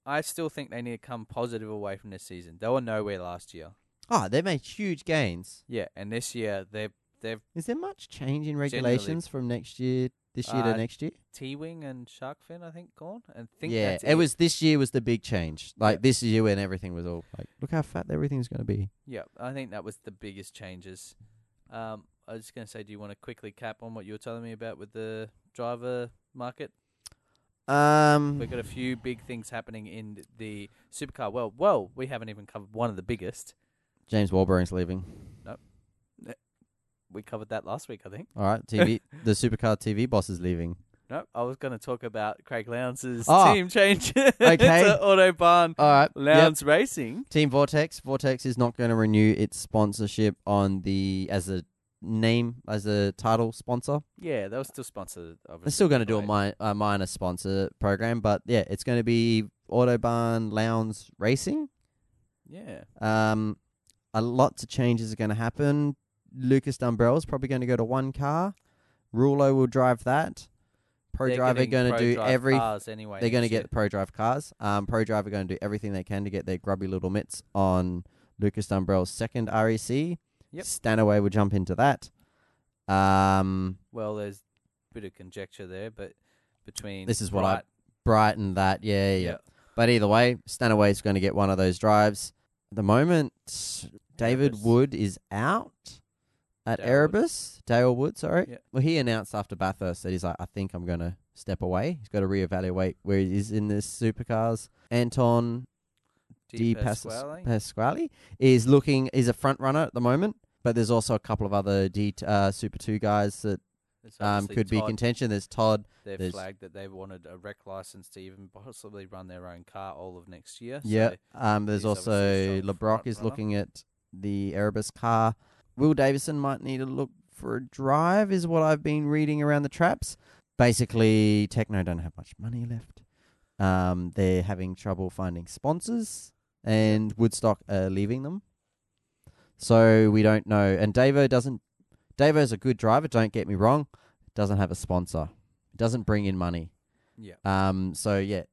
S2: I still think they need to come positive away from this season. They were nowhere last year.
S1: oh, they made huge gains.
S2: Yeah, and this year they're they're
S1: Is there much change in
S2: Generally-
S1: regulations from next year, this year
S2: Uh,
S1: to next year?
S2: T Wing and Shark Fin, I think, gone. And think
S1: yeah,
S2: that's
S1: it. was this year was the big change. Like this year when everything was all like, look how fat everything's going to be.
S2: Yeah, I think that was the biggest changes. Um, I was just gonna say, do you want to quickly cap on what you were telling me about with the driver market?
S1: Um,
S2: We've got a few big things happening in the supercar world. Well, we haven't even covered one of the biggest.
S1: James Warburton's leaving.
S2: We covered that last week, I think.
S1: All right, TV, the supercar TV boss is leaving.
S2: Nope, I was going to talk about Craig Lowndes'
S1: Ah.
S2: team change
S1: Okay.
S2: to Autobahn
S1: All right, yep.
S2: Lowndes Racing.
S1: Team Vortex. Vortex is not going to renew its sponsorship on the as a name as a title sponsor.
S2: Yeah, they were still sponsored. Obviously,
S1: They're still going to
S2: by
S1: do a, mi- a minor sponsor program, but yeah, it's going to be Autobahn Lounge Racing.
S2: Yeah,
S1: Um, a lot of changes are going to happen. Lucas Dumbrell is probably going to go to one car. Rulo will drive that. Pro
S2: They're
S1: Driver
S2: getting
S1: going to
S2: Pro
S1: do
S2: Drive
S1: every.
S2: Cars anyway
S1: They're going to
S2: next year.
S1: get Pro Drive cars. Um, Pro Driver going to do everything they can to get their grubby little mitts on Lucas Dumbrell's second REC.
S2: Yep.
S1: Stanaway will jump into that. Um,
S2: Well, there's a bit of conjecture there, but between
S1: This is what I-
S2: Bright-
S1: Brighton that, yeah, yeah. yeah. But either way, Stanaway's going to get one of those drives. At the moment, David
S2: Erebus.
S1: Wood is out at
S2: Dale Wood.
S1: Erebus. Dale Wood, sorry.
S2: Yeah.
S1: Well, he announced after Bathurst that he's like, I think I'm going to step away. He's got to reevaluate where he is in this supercars. Anton Di
S2: Deep
S1: Pasquale. um,
S2: Pasquale.
S1: Pasquale is looking is a front runner at the moment, but there's also a couple of other D uh, Super Two guys that
S2: It's
S1: um,
S2: obviously
S1: could be
S2: Todd.
S1: contention. There's Todd.
S2: They've
S1: there's-
S2: flagged that they wanted a rec license to even possibly run their own car all of next year.
S1: Yeah.
S2: so
S1: Um, there's
S2: he's obviously a
S1: also
S2: strong
S1: LeBrock
S2: front
S1: is
S2: runner.
S1: looking at the Erebus car. Will Davison might need to look for a drive, is what I've been reading around the traps. Basically, Techno don't have much money left. Um, they're having trouble finding sponsors, and Woodstock are leaving them. So we don't know. And Davo doesn't. Davo's a good driver. Don't get me wrong. Doesn't have a sponsor. Doesn't bring in money.
S2: Yeah.
S1: Um. So yeah,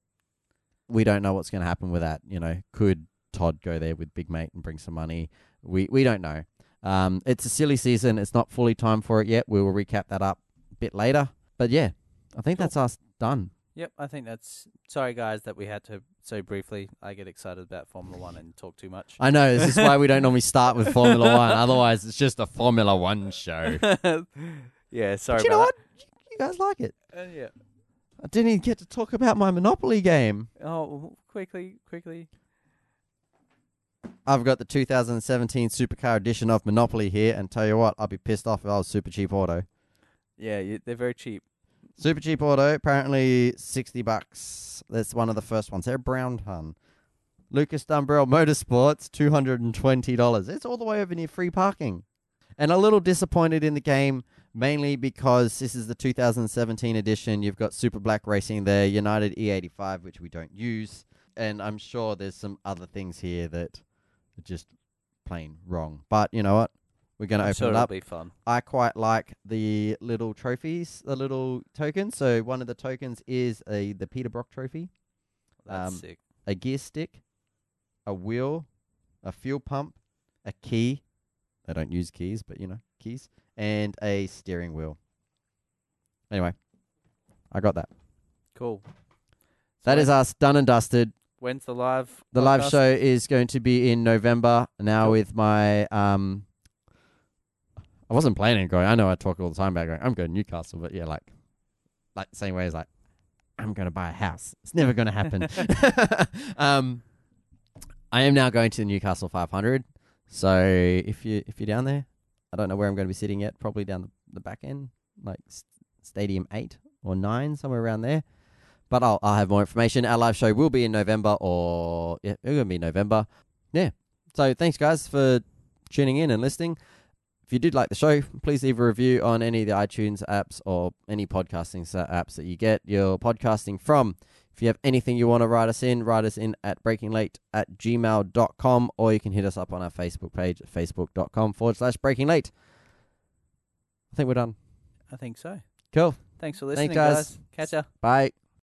S1: we don't know what's going to happen with that. You know, could Todd go there with Big Mate and bring some money? We we don't know. Um. It's a silly season. It's not fully time for it yet. We will recap that up a bit later. But yeah, I think
S2: Cool.
S1: that's us done.
S2: Yep, I think that's. Sorry, guys, that we had to so briefly. I get excited about Formula One and talk too much.
S1: I know this is why we don't normally start with Formula One. Otherwise, it's just a Formula One show.
S2: yeah, sorry
S1: But you know
S2: about
S1: what? You guys like it.
S2: that. Uh, yeah.
S1: I didn't even get to talk about my Monopoly game.
S2: Oh, w- quickly, quickly.
S1: I've got the 2017 Supercar Edition of Monopoly here, and tell you what, I'd be pissed off if I was Super Cheap Auto.
S2: Yeah, you, they're very cheap.
S1: Super Cheap Auto, apparently 60 bucks. That's one of the first ones. They're a brown ton. Lucas Dumbrell Motorsports, $220. It's all the way over near free parking. And a little disappointed in the game, mainly because this is the 2017 edition. You've got Super Black Racing there, United E85, which we don't use. And I'm sure there's some other things here that are just plain wrong. But you know what? We're going to
S2: I'm
S1: open
S2: sure
S1: it
S2: it'll
S1: up.
S2: be fun.
S1: I quite like the little trophies, the little tokens. So one of the tokens is a the Peter Brock trophy,
S2: That's
S1: Um,
S2: sick.
S1: a gear stick, a wheel, a fuel pump, a key. They don't use keys, but you know, keys, and a steering wheel. Anyway, I got that.
S2: Cool.
S1: That is us done and dusted.
S2: When's the live?
S1: The live
S2: podcast?
S1: show is going to be in November now
S2: Cool.
S1: with my um I wasn't planning on going. I know I talk all the time about going, I'm going to Newcastle, but yeah, like like the same way as like I'm gonna buy a house. It's never gonna happen. um I am now going to the Newcastle five hundred. So if you if you're down there, I don't know where I'm gonna be sitting yet, probably down the, the back end, like s- stadium eight or nine, somewhere around there. But I'll, I'll have more information. Our live show will be in November, or yeah, it's gonna be November. Yeah. So thanks guys for tuning in and listening. If you did like the show, please leave a review on any of the iTunes apps or any podcasting sa- apps that you get your podcasting from. If you have anything you want to write us in, write us in at breakinglate at gmail.com or you can hit us up on our Facebook page at facebook.com forward slash breaking late. I think we're done.
S2: I think so.
S1: Cool.
S2: Thanks for listening,
S1: guys.
S2: guys. Catch ya.
S1: Bye.